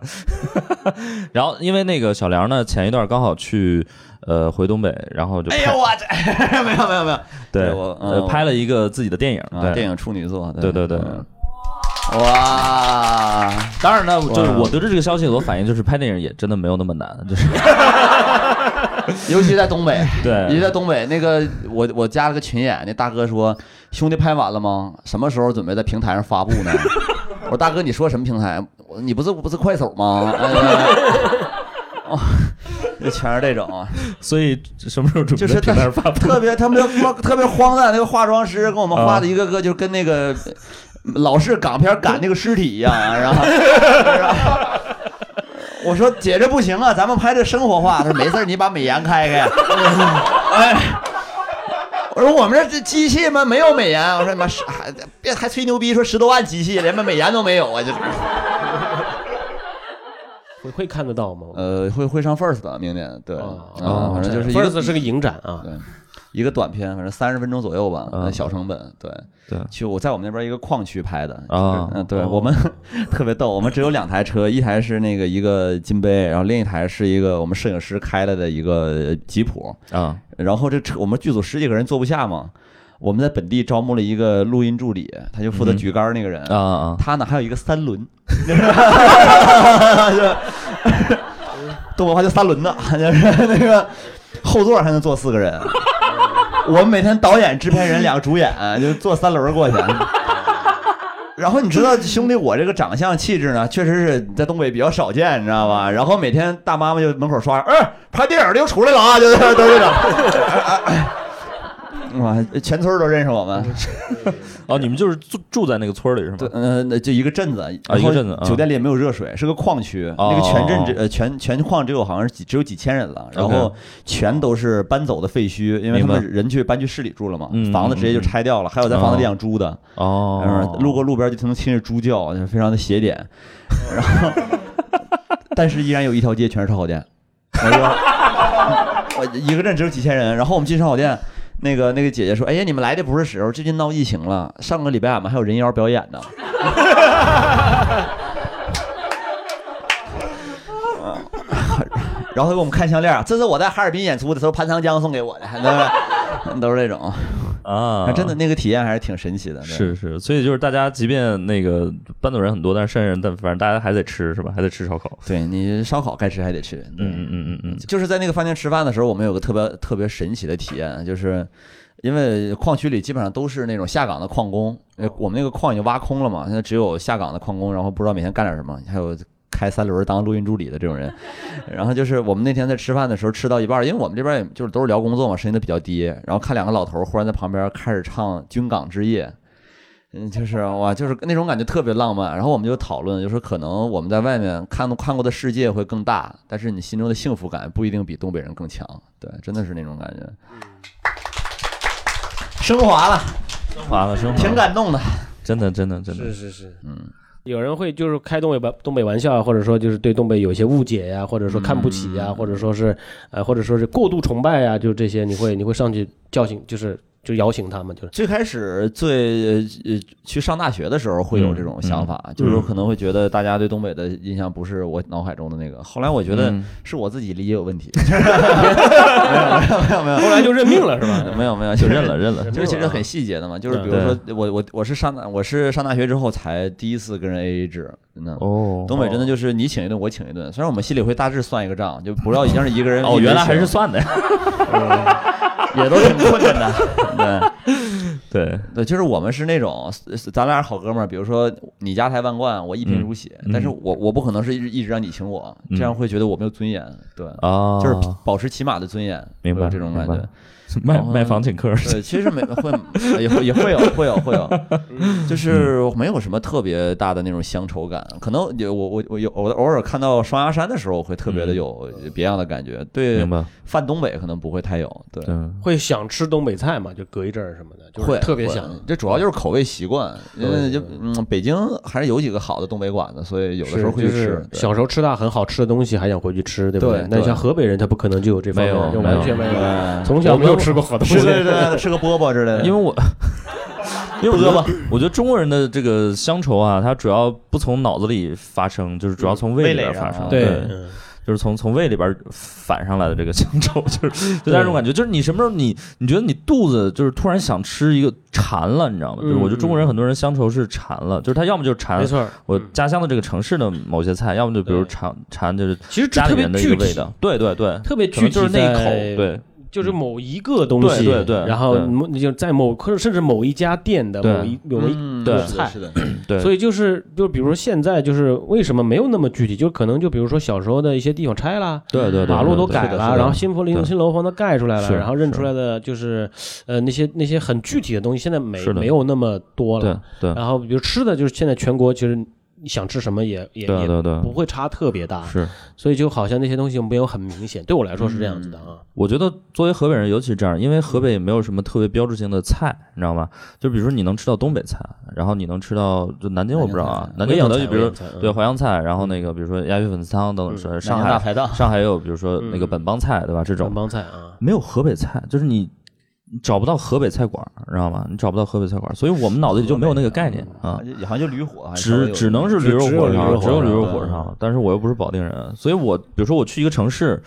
[laughs] 然后因为那个小梁呢，前一段刚好去呃回东北，然后就
哎
拍
呦我
[laughs]
这没有没有没有，
对
对我
呃
嗯
拍了一个自己的电影，
啊，
对
电影处女座，
对对对
嗯哇，
当然呢，就是
哇
我得知这个消息，我反应就是拍电影也真的没有那么难，
[laughs]
就是
尤其在东北，
对
尤其在东北，那个我我加了个群演，那大哥说：“兄弟，拍完了吗？什么时候准备在平台上发布呢？” [laughs] 我说：“大哥，你说什么平台？我你不是不是快手吗？”哎呀哦， [laughs] 就全是这种啊，
所以什么时候准备
[laughs] 就是
在平台上发布？
特别他们特特别荒诞，那个化妆师跟我们画的一个个就跟那个老式港片赶那个尸体一样啊，然后。 [laughs] 然后我说姐这不行啊，咱们拍这生活化。他说没事儿你把美颜开开。哎，我说我们这这机器嘛没有美颜。我说你妈是还别还吹牛逼说十多万机器连个美颜都没有啊，这
[laughs] 会会看得到吗？
呃会会上 first 的明年对
哦
啊反正就是一个呃
First 是个影展啊，
对，一个短片，反正三十分钟左右吧，呃小成本。对
嗯对，
去我在我们那边一个矿区拍的
啊
嗯，对我们 [laughs] 特别逗，我们只有两台车， [laughs] 一台是那个一个金杯，然后另一台是一个我们摄影师开了的一个吉普
啊。
然后这车我们剧组十几个人坐不下嘛。我们在本地招募了一个录音助理，他就负责
嗯
举杆那个人
啊啊啊
他呢还有一个三轮，动画就三轮的，就是那个后座还能坐四个人。我们每天导演、制片人两个主演就坐三轮过去。然后你知道，兄弟，我这个长相气质呢，确实是在东北比较少见，你知道吧？然后每天大妈妈就门口刷，哎，拍电影的又出来了啊，就是都这种。哇，全村都认识我们。
哦，你们就是住住在那个村里是吗？
对，呃，那就一个镇子
啊，一个镇子啊
酒店里也没有热水，是个矿区，
哦
那个全镇只
哦
呃全全矿只有好像是几只有几千人了，然
OK
后全都是搬走的废墟，因为他
明
们
白
人去搬去市里住了嘛
嗯，
房子直接就拆掉了，还有在房子里养猪的，
哦
嗯，路过路边就听听着猪叫， [laughs] 就非常的邪典，然后但是依然有一条街全是烧烤店， [laughs] 我就我一个镇只有几千人，然后我们进烧烤店。那个那个姐姐说：“哎呀，你们来的不是时候，最近闹疫情了。上个礼拜俺们还有人妖表演呢。” [laughs] 然后他给我们看项链儿，这是我在哈尔滨演出的时候，潘长江送给我的，那都是这种
啊，
啊真的那个体验还是挺神奇的。对
是是，所以就是大家即便那个搬走人很多，但是山人但反正大家还得吃是吧？还得吃烧烤。
对你烧烤该吃还得吃，
嗯嗯嗯嗯嗯，
就是在那个饭店吃饭的时候，我们有个特别特别神奇的体验，就是因为矿区里基本上都是那种下岗的矿工，呃
哦
我们那个矿已经挖空了嘛，现在只有下岗的矿工，然后不知道每天干点什么，还有开三轮当录音助理的这种人。 [laughs] 然后就是我们那天在吃饭的时候吃到一半儿，因为我们这边也就是都是聊工作嘛，声音都比较低，然后看两个老头儿忽然在旁边开始唱《军港之夜》。嗯，就是哇，就是那种感觉特别浪漫。然后我们就讨论，就说可能我们在外面看看过的世界会更大，但是你心中的幸福感不一定比东北人更强。对，真的是那种感觉。升华了，
升华了，升华了，
挺嗯感动的。
真的真的真的
是是是，
嗯。
有人会就是开东北吧东北玩笑啊，或者说就是对东北有一些误解呀、或者说看不起
嗯
呀、或者说是呃，或者说是过度崇拜呀、就这些，你会你会上去叫醒，就是就摇醒他们，就是
最开始最呃去上大学的时候会有这种想法，就是可能会觉得大家对东北的印象不是我脑海中的那个。后来我觉得
嗯
是我自己理解有问题，没有没有没有，
后来就认命了是吧？ [laughs]
没有没有，嗯
就认了认了
就是其实很细节的嘛，就是比如说我我我是上大我是上大学之后才第一次跟人 AA 制，真的。
哦
东北真的就是你请一顿我请一顿，虽然我们心里会大致算一个账，就不要一样是一个 [laughs] 人
哦，
一人
原来还
请
是算的呀。
也都挺困难的。
对
[laughs] 对对，就是我们是那种，呃咱俩是好哥们儿，比如说你家财万贯，我一贫如洗，
嗯
但是我我不可能是一直一直让你请我，
嗯
这样会觉得我没有尊严。对，
啊，
就是保持起码的尊严，
明白
会有这种感
明
觉
白。卖
然后
卖房请客。
对，其实没会也会也会有会有会有，就是没有什么特别大的那种乡愁感。可能有我我我有我偶尔看到双鸭山的时候，我会特别的有别样的感觉。对
明，白，
泛东北可能不会太有。对，
嗯，
会想吃东北菜嘛，就隔一阵儿什么的，就是
会
特别
会
想。
这主要就是口味习惯，因为
对
就嗯，北京还是有几个好的东北馆子，所以有的时候会
就
去
是
吃。
小时候吃到很好吃的东西，还想回去吃，对不
对
那
对
像河北人，他不可能就有这方
没有
面，就
没有
完全没有，
对，
从小没有吃过好东西
对。对对，吃个饽饽之类的。
因为
[laughs]
我。因为我觉
不饿
得，我觉得中国人的这个乡愁啊，它主要不从脑子里发生，就是主要从胃
胃
里边
里啊上
发生。
对，
对，
嗯
就是从从胃里边反上来的这个 [laughs] 乡愁，就是就那种感觉，就是你什么时候你你觉得你肚子就是突然想吃一个馋了，你知道吗？就是我觉得中国人很多人乡愁是馋了，就是他要么就馋
嗯没错儿。嗯
我家乡的这个城市的某些菜，要么就比如馋馋就是
其实这
家
特
里
别
面的一
具
个
体
味，道，对对对，
特别
可能
具体，
就是那一口，对，
就是某一个东西，
对对对
然后
对
某你就在某或者甚至某一家店的
对
某一某一，
嗯
对
是的是的，
对
所以就是就比如说现在就是为什么没有那么具体，就可能就比如说小时候的一些地方拆了。
对对对，
马路都
对对
改
是的
了，
是的
然后新phố
对
林新楼房都盖出来了，
是
然后认
是
出来的就是，呃，那些那些很具体的东西，现在没
是的
没有那么多
对
了。
对
然后比如吃的，就是现在全国其实你想吃什么也也
对
也
对对，
不会差特别大，
是。
所以就好像那些东西没有很明显。对我来说是这样子的啊，
我觉得作为河北人，尤其是这样，因为河北也没有什么特别标志性的菜，你知道吗？就比如说你能吃到东北菜，然后你能吃到就南京我不知道啊，南京有的就比如对淮扬菜，嗯然后那个比如说鸭血粉丝汤等等之类的，上
南京嗯大
海
排档。
嗯上海也有比如说那个本帮菜，对吧？这
本
种
帮菜啊，
没有河北菜，就是你找不到河北菜馆儿，你知道吗？你找不到河北菜馆儿，所以我们脑子里就没有那个概念啊，
好像就驴火，还是稍微
只
有
只能是驴
只
肉
只有
火
驴
烧，
肉
只有
火
驴
烧
肉火烧。但是我又不是保定人，所以我比如说我去一个城市，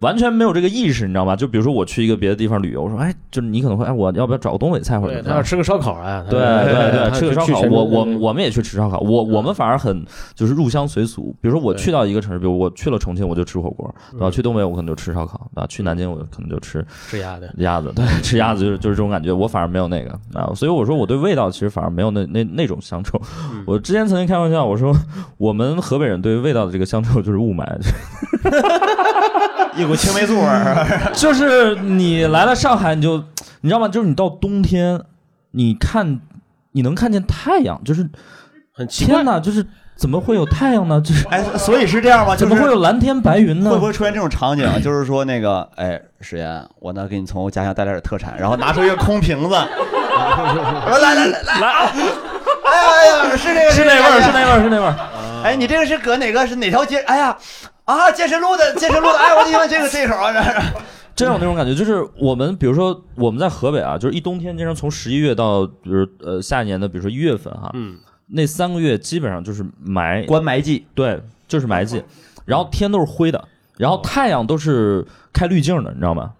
完全没有这个意识，你知道吗？就比如说我去一个别的地方旅游，我说哎，就是你可能会哎，我要不要找个东北菜或者
对
怎么
他要
样？
吃个烧烤啊，他
对对对，吃个烧烤，我我
我
我们也去吃烧烤，我我们反而很就是入乡随俗。比如说我去到一个城市，比如我去了重庆，我就吃火锅，对吧？去东北我可能就吃烧烤，对吧？去南京我可能就吃
吃鸭 [laughs] 的，
鸭子，对， [laughs] 吃鸭子就是就是这种感觉，我反而没有那个啊，所以我说我对味道其实反而没有那那那种乡愁。 [laughs] 我之前曾经开玩笑，我说我们河北人对味道的这个乡愁就是雾霾， [laughs]
一股青霉素味儿。
就是你来了上海，你就你知道吗？就是你到冬天，你看你能看见太阳，就是
很
天哪，就是怎么会有太阳呢？就是
哎，所以是这样吗？
怎么会有蓝天白云呢？
会不会出现这种场景？啊就是说那个，哎，史岩，我呢给你从我家乡带来点特产，然后拿出一个空瓶子，
嗯
我说来来来来，哎呀哎呀，是这个，
是那味儿，是那味儿，是那味儿。
哎，你这个是搁哪个是哪条街？哎呀，啊，健身路的健身路的，哎，我喜欢这个这口啊，
真有那种感觉，就是我们比如说我们在河北啊，就是一冬天，经常从十一月到比如呃下一年的，比如说一月份哈，
嗯，
那三个月基本上就是霾，
关霾季，
对，就是霾季，然后天都是灰的，然后太阳都是开滤镜的，你知道吗？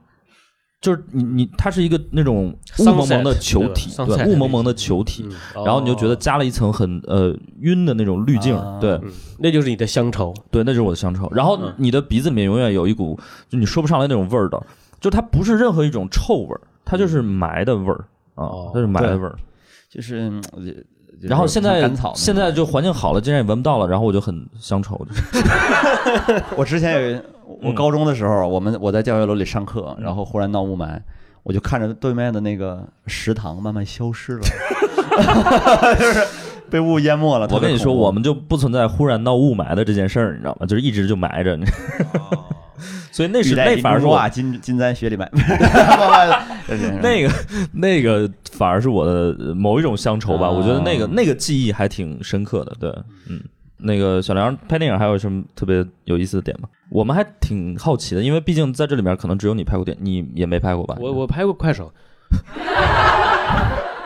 就是你你它是一个那种雾蒙蒙的
Sunset，
球体，
对吧
对，
？Sunset
雾蒙蒙的球体，
哦
然后你就觉得加了一层很呃晕的那种滤镜，
啊
对，
那就是你的乡愁，
对，那就是我的乡愁。然后
嗯
你的鼻子里面永远有一股就你说不上来那种味儿的，就它不是任何一种臭味儿，它
嗯
就是霾的味儿啊
哦，
它是霾的味儿。
就是。嗯我就就是
然后现在
干草那种
现在就环境好了，竟然也闻不到了，然后我就很
[laughs]
乡愁。就是
我之前有一，
嗯
我高中的时候，我们我在教学楼里上课，然后忽然闹雾霾，我就看着对面的那个食堂慢慢消失
[laughs]
了，就是被雾淹没了。
我跟你
特别
说，
恐怖
我们就不存在忽然闹雾霾的这件事儿，你知道吗？就是一直就埋着。你 [laughs] 所以那
历
是
代
那
银
反而
中
是
说
我
啊，金金簪雪里
[laughs]
埋，就是
嗯
那个 [laughs] 那个反而是我的呃某一种乡愁吧，
啊
我觉得那个那个记忆还挺深刻的。对，嗯，那个小梁拍电影还有什么特别有意思的点吗？我们还挺好奇的，因为毕竟在这里面可能只有你拍过电，你也没拍过吧？
我我拍过快手，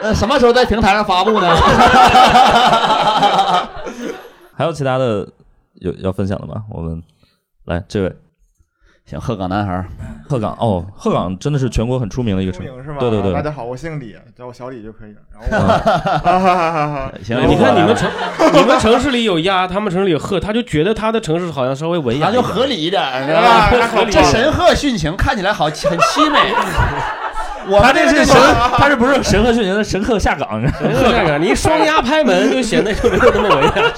呃，什么时候在平台上发布呢？
还有其他的有要分享的吗？我们来这位
行，鹤岗男孩儿，
鹤岗哦，鹤岗真的是全国很出名的一个城
出名是
市，
吗？
对对对嗯
大，家好，我姓李，叫我小李就可以了。然后我，哈哈哈哈！
哎
行，
你看你
来
们
了
城你们城市里有鸭，他们城市里有鹤，他就觉得他的城市好像稍微文雅
咱
一
就
点，
合理一点，是吧？
吧
这神鹤殉情看起来好很
[laughs]
凄美。我
他
们
这
个
是
就
神，他这不是神鹤去年的神鹤下岗， [laughs]
鹤看看，你一双鸭拍 [laughs] 门就显得就没有那么文雅。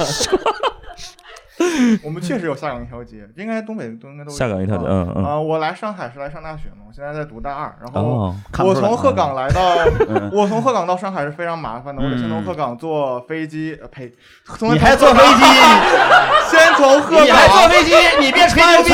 我们确实有下岗一条街，应该东北都应该都有
下岗一条街，嗯嗯。
啊，我来上海是来上大学嘛，我现在在读大二，然后
哦，
看不
我
出来
从鹤岗来到
嗯，
我从鹤岗到上海是非常麻烦的，我得先从
嗯
鹤岗坐飞机，呃呸，从
你还坐飞机？
[laughs] 先从鹤
你还坐
岗，
飞机？你别吹牛逼！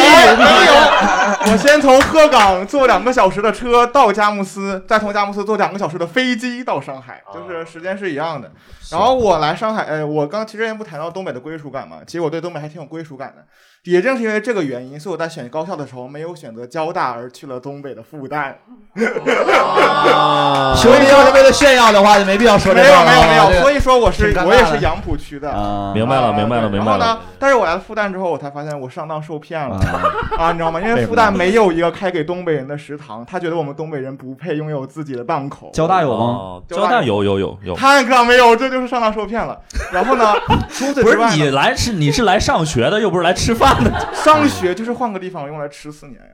我先从鹤岗坐两个小时的车到佳木斯，再从佳木斯坐两个小时的飞机到上海，
哦
就是时间是一样的。然后我来上海，呃，我刚其实也不谈到东北的归属感嘛，其实我对东北还挺有归属感的。也正是因为这个原因，所以我在选高校的时候没有选择交大，而去了东北的复旦。
兄弟，要是为了炫耀的话，就没必要说这
没
段
有
了。
没有没有，所
以
以说我是
挺尴尬的
我也是杨浦区的。
啊，
明白了，
啊
明白了，
对
明白
然后
了。
呢？但是我来了复旦之后，我才发现我上当受骗了。
啊
[laughs] 啊，你知道吗？因
被
为
不
复
到
旦没有一个开给东北人的食堂，他觉得我们东北人不配拥有自己的档
[laughs]
口。
交大有吗？
哦，交大有有有有，
看看没有，这就是上当受
[laughs]
骗了。然后呢，除此
不
之
是
外
你
呢，
来是你是来上学的，又不是来吃饭的。
上学就是换个地方用来吃四年呀，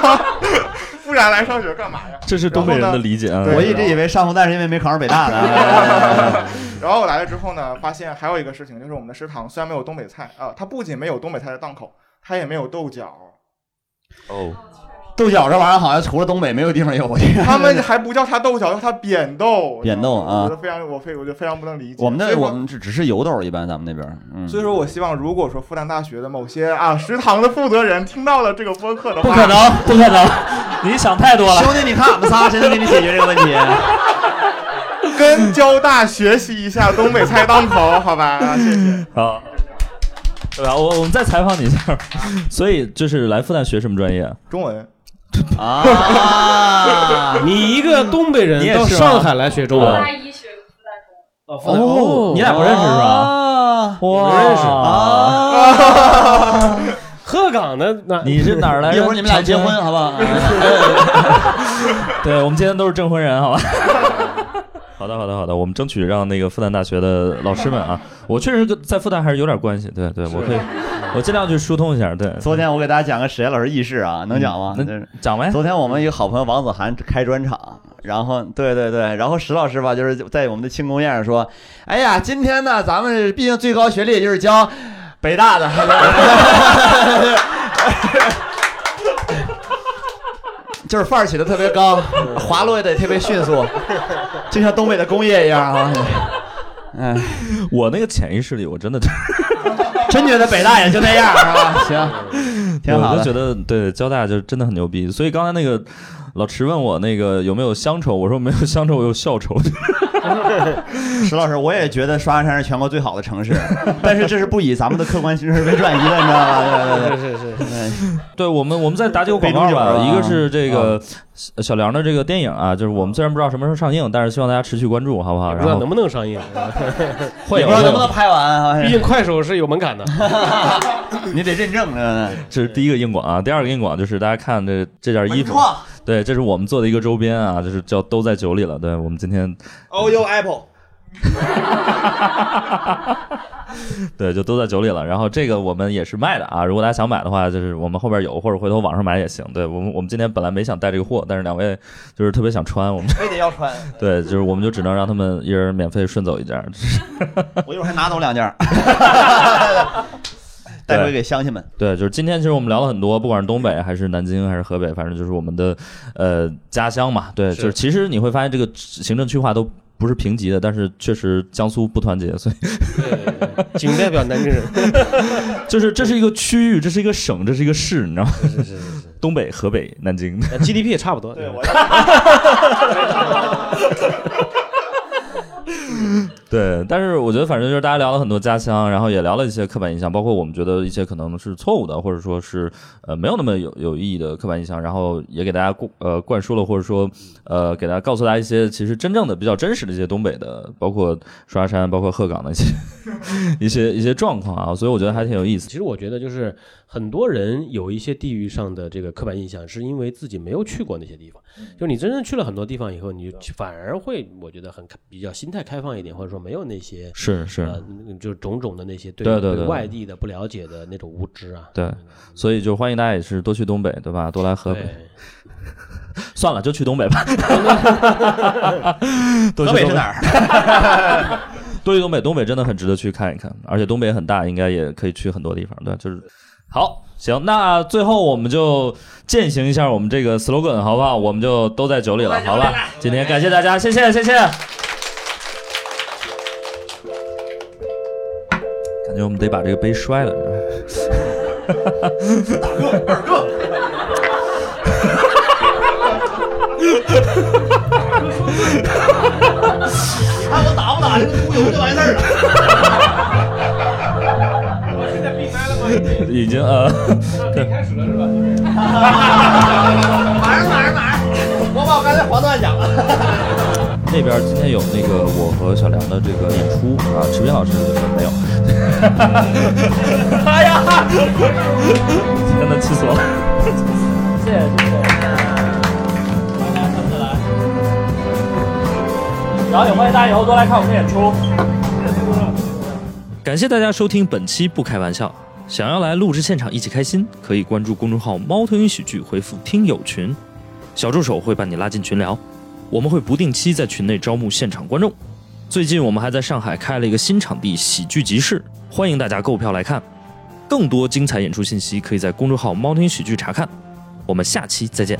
[laughs] 不然来上学干嘛呀？
[laughs] 这是
东北人的
理解啊
我一直以为上复旦是因为没考上北大呢。
然后我来了之后呢，发现还有一个事情，就是我们的食堂虽然没有东北菜啊、它不仅没有东北菜的档口，它也没有豆角，
哦，
豆角这玩意儿好像除了东北没有地方有，我觉
[laughs]
[laughs] 得
他们还不叫它豆角，叫它扁豆。
[laughs] 扁豆啊
我觉得非常，我非我觉得非常不能理解。
我们
所以
那
说
我们只只是油豆儿，一般咱们那边儿，嗯，
所以说我希望，如果说复旦大学的某些啊食堂的负责人听到了这个播客的话，
不可能，不可能， [laughs] 你想太多了。
兄弟，你看我们仨真的给你解决这个问题。
跟交大学习一下东北菜档口，好吧？谢谢。
[laughs]
好，啊对吧？我我们再采访你一下。 [laughs] 所以就是来复旦学什么专业啊？
中文
[laughs] 啊，
你一个东北
你
人
也
到
是吗
上海来学中文，
一学复旦中文，
哦，你俩不认识是
哦
吧？
不
哇，
认识
啊！
鹤岗的那
你是哪儿来的？
一会儿你们俩
[laughs]
结婚好不好？
[laughs] 对，我们今天都是证婚人，好吧？ [laughs] 好的，好的，好的，我们争取让那个复旦大学的老师们啊，我确实跟在复旦还是有点关系，对对，我可以，我尽量去疏通一下，对，
昨天我给大家讲个史岩老师轶事啊，能讲吗？
嗯
就是
讲呗，
昨天我们一个好朋友王子涵开专场，然后对对对，然后石老师吧，就是在我们的庆功宴上说，哎呀，今天呢，咱们毕竟最高学历就是教北大的。就是范儿起的特别高，滑落的也特别迅速，就像东北的工业一样啊！哎，
我那个潜意识里，我真的
真觉得北大也就那样啊！行，挺好
我
的
就觉得对交大就真的很牛逼。所以刚才那个老池问我那个有没有乡愁，我说没有乡愁，我有校愁。 [laughs]
[laughs] 石老师，我也觉得刷牙山是全国最好的城市，但是这是不以咱们的客观形式为转移的，你知道吗？对对对，
是是
是，
对我们，我们再打几个广告
杯中酒
吧。
啊
一个是这个小小梁的这个电影啊，就是我们虽然不知道什么时候上映，但是希望大家持续关注，好不好？
不
然
知道
后
能不能上映， [laughs]
会
也
有
不知道能不
会有
能拍完啊，
毕竟快手是有门槛的。 [laughs]
你得认证啊。
这是第一个硬广啊，第二个硬广就是大家看这这件衣服
文创，
对，这是我们做的一个周边啊，就是叫都在酒里了。对我们今天 [laughs]
o U Apple，
对就都在酒里了，然后这个我们也是卖的啊，如果大家想买的话，就是我们后边有，或者回头网上买也行。对我们我们今天本来没想带这个货，但是两位就是特别想穿，我们
非得要穿，
对就是我们就只能让他们一人免费顺走一件。
我一会儿还拿走两件儿， [laughs] 带回给乡亲们。
对，就是今天，其实我们聊了很多，不管是东北还是南京还是河北，反正就是我们的呃家乡嘛。对，就是其实你会发现这个行政区划都不是平级的，但是确实江苏不团结，所以 [laughs]
仅代表南京 [laughs] 人，
就是这是一个区域，这是一个省，这是一个市，你知道吗？
是是是是
[laughs] 东北、河北、南京，
呃，GDP 也差不多。对，
[laughs]
对。但是我觉得，反正就是大家聊了很多家乡，然后也聊了一些刻板印象，包括我们觉得一些可能是错误的，或者说是呃没有那么有有意义的刻板印象，然后也给大家灌呃灌输了，或者说呃给大家告诉大家一些其实真正的比较真实的一些东北的，包括刷山，包括鹤岗的一些 [laughs] 一些一些状况啊，所以我觉得还挺有意思。
其实我觉得就是很多人有一些地域上的这个刻板印象，是因为自己没有去过那些地方。就是你真正去了很多地方以后，你就反而会我觉得很开比较心态开放一点，或者说没有那些
是是。
呃，嗯就是种种的那些对
对对对
外地的不了解的那种无知啊。
对，所以就欢迎大家也是多去东北，对吧？多来河北。算了，就去东北吧。河
河北是哪儿？
多去东北，东北真的很值得去看一看，而且东北很大，应该也可以去很多地方。对，就是好行。那最后我们就践行一下我们这个 slogan，好不好？我们就都在酒里了，好吧？今天感谢大家，谢谢，谢谢。感觉我们得把这个杯摔了。
你看我打不打这个猪油就完事儿了。
已经呃， [laughs]
马上马上马上，我把我刚才黄段讲了。
[laughs] 那边今天有那个我和小梁的这个演出啊，池斌老师没有。 [laughs] 哎呀，真的气死我了。然后也欢迎大家以后多来看我们的演出。感谢大家收听本期《不开玩笑》，想要来录制现场一起开心，可以关注公众号“猫头鹰喜剧”，回复“听友群”，小助手会把你拉进群聊。我们会不定期在群内招募现场观众。最近我们还在上海开了一个新场地——喜剧集市，欢迎大家购票来看。更多精彩演出信息可以在公众号“猫头鹰喜剧”查看。我们下期再见。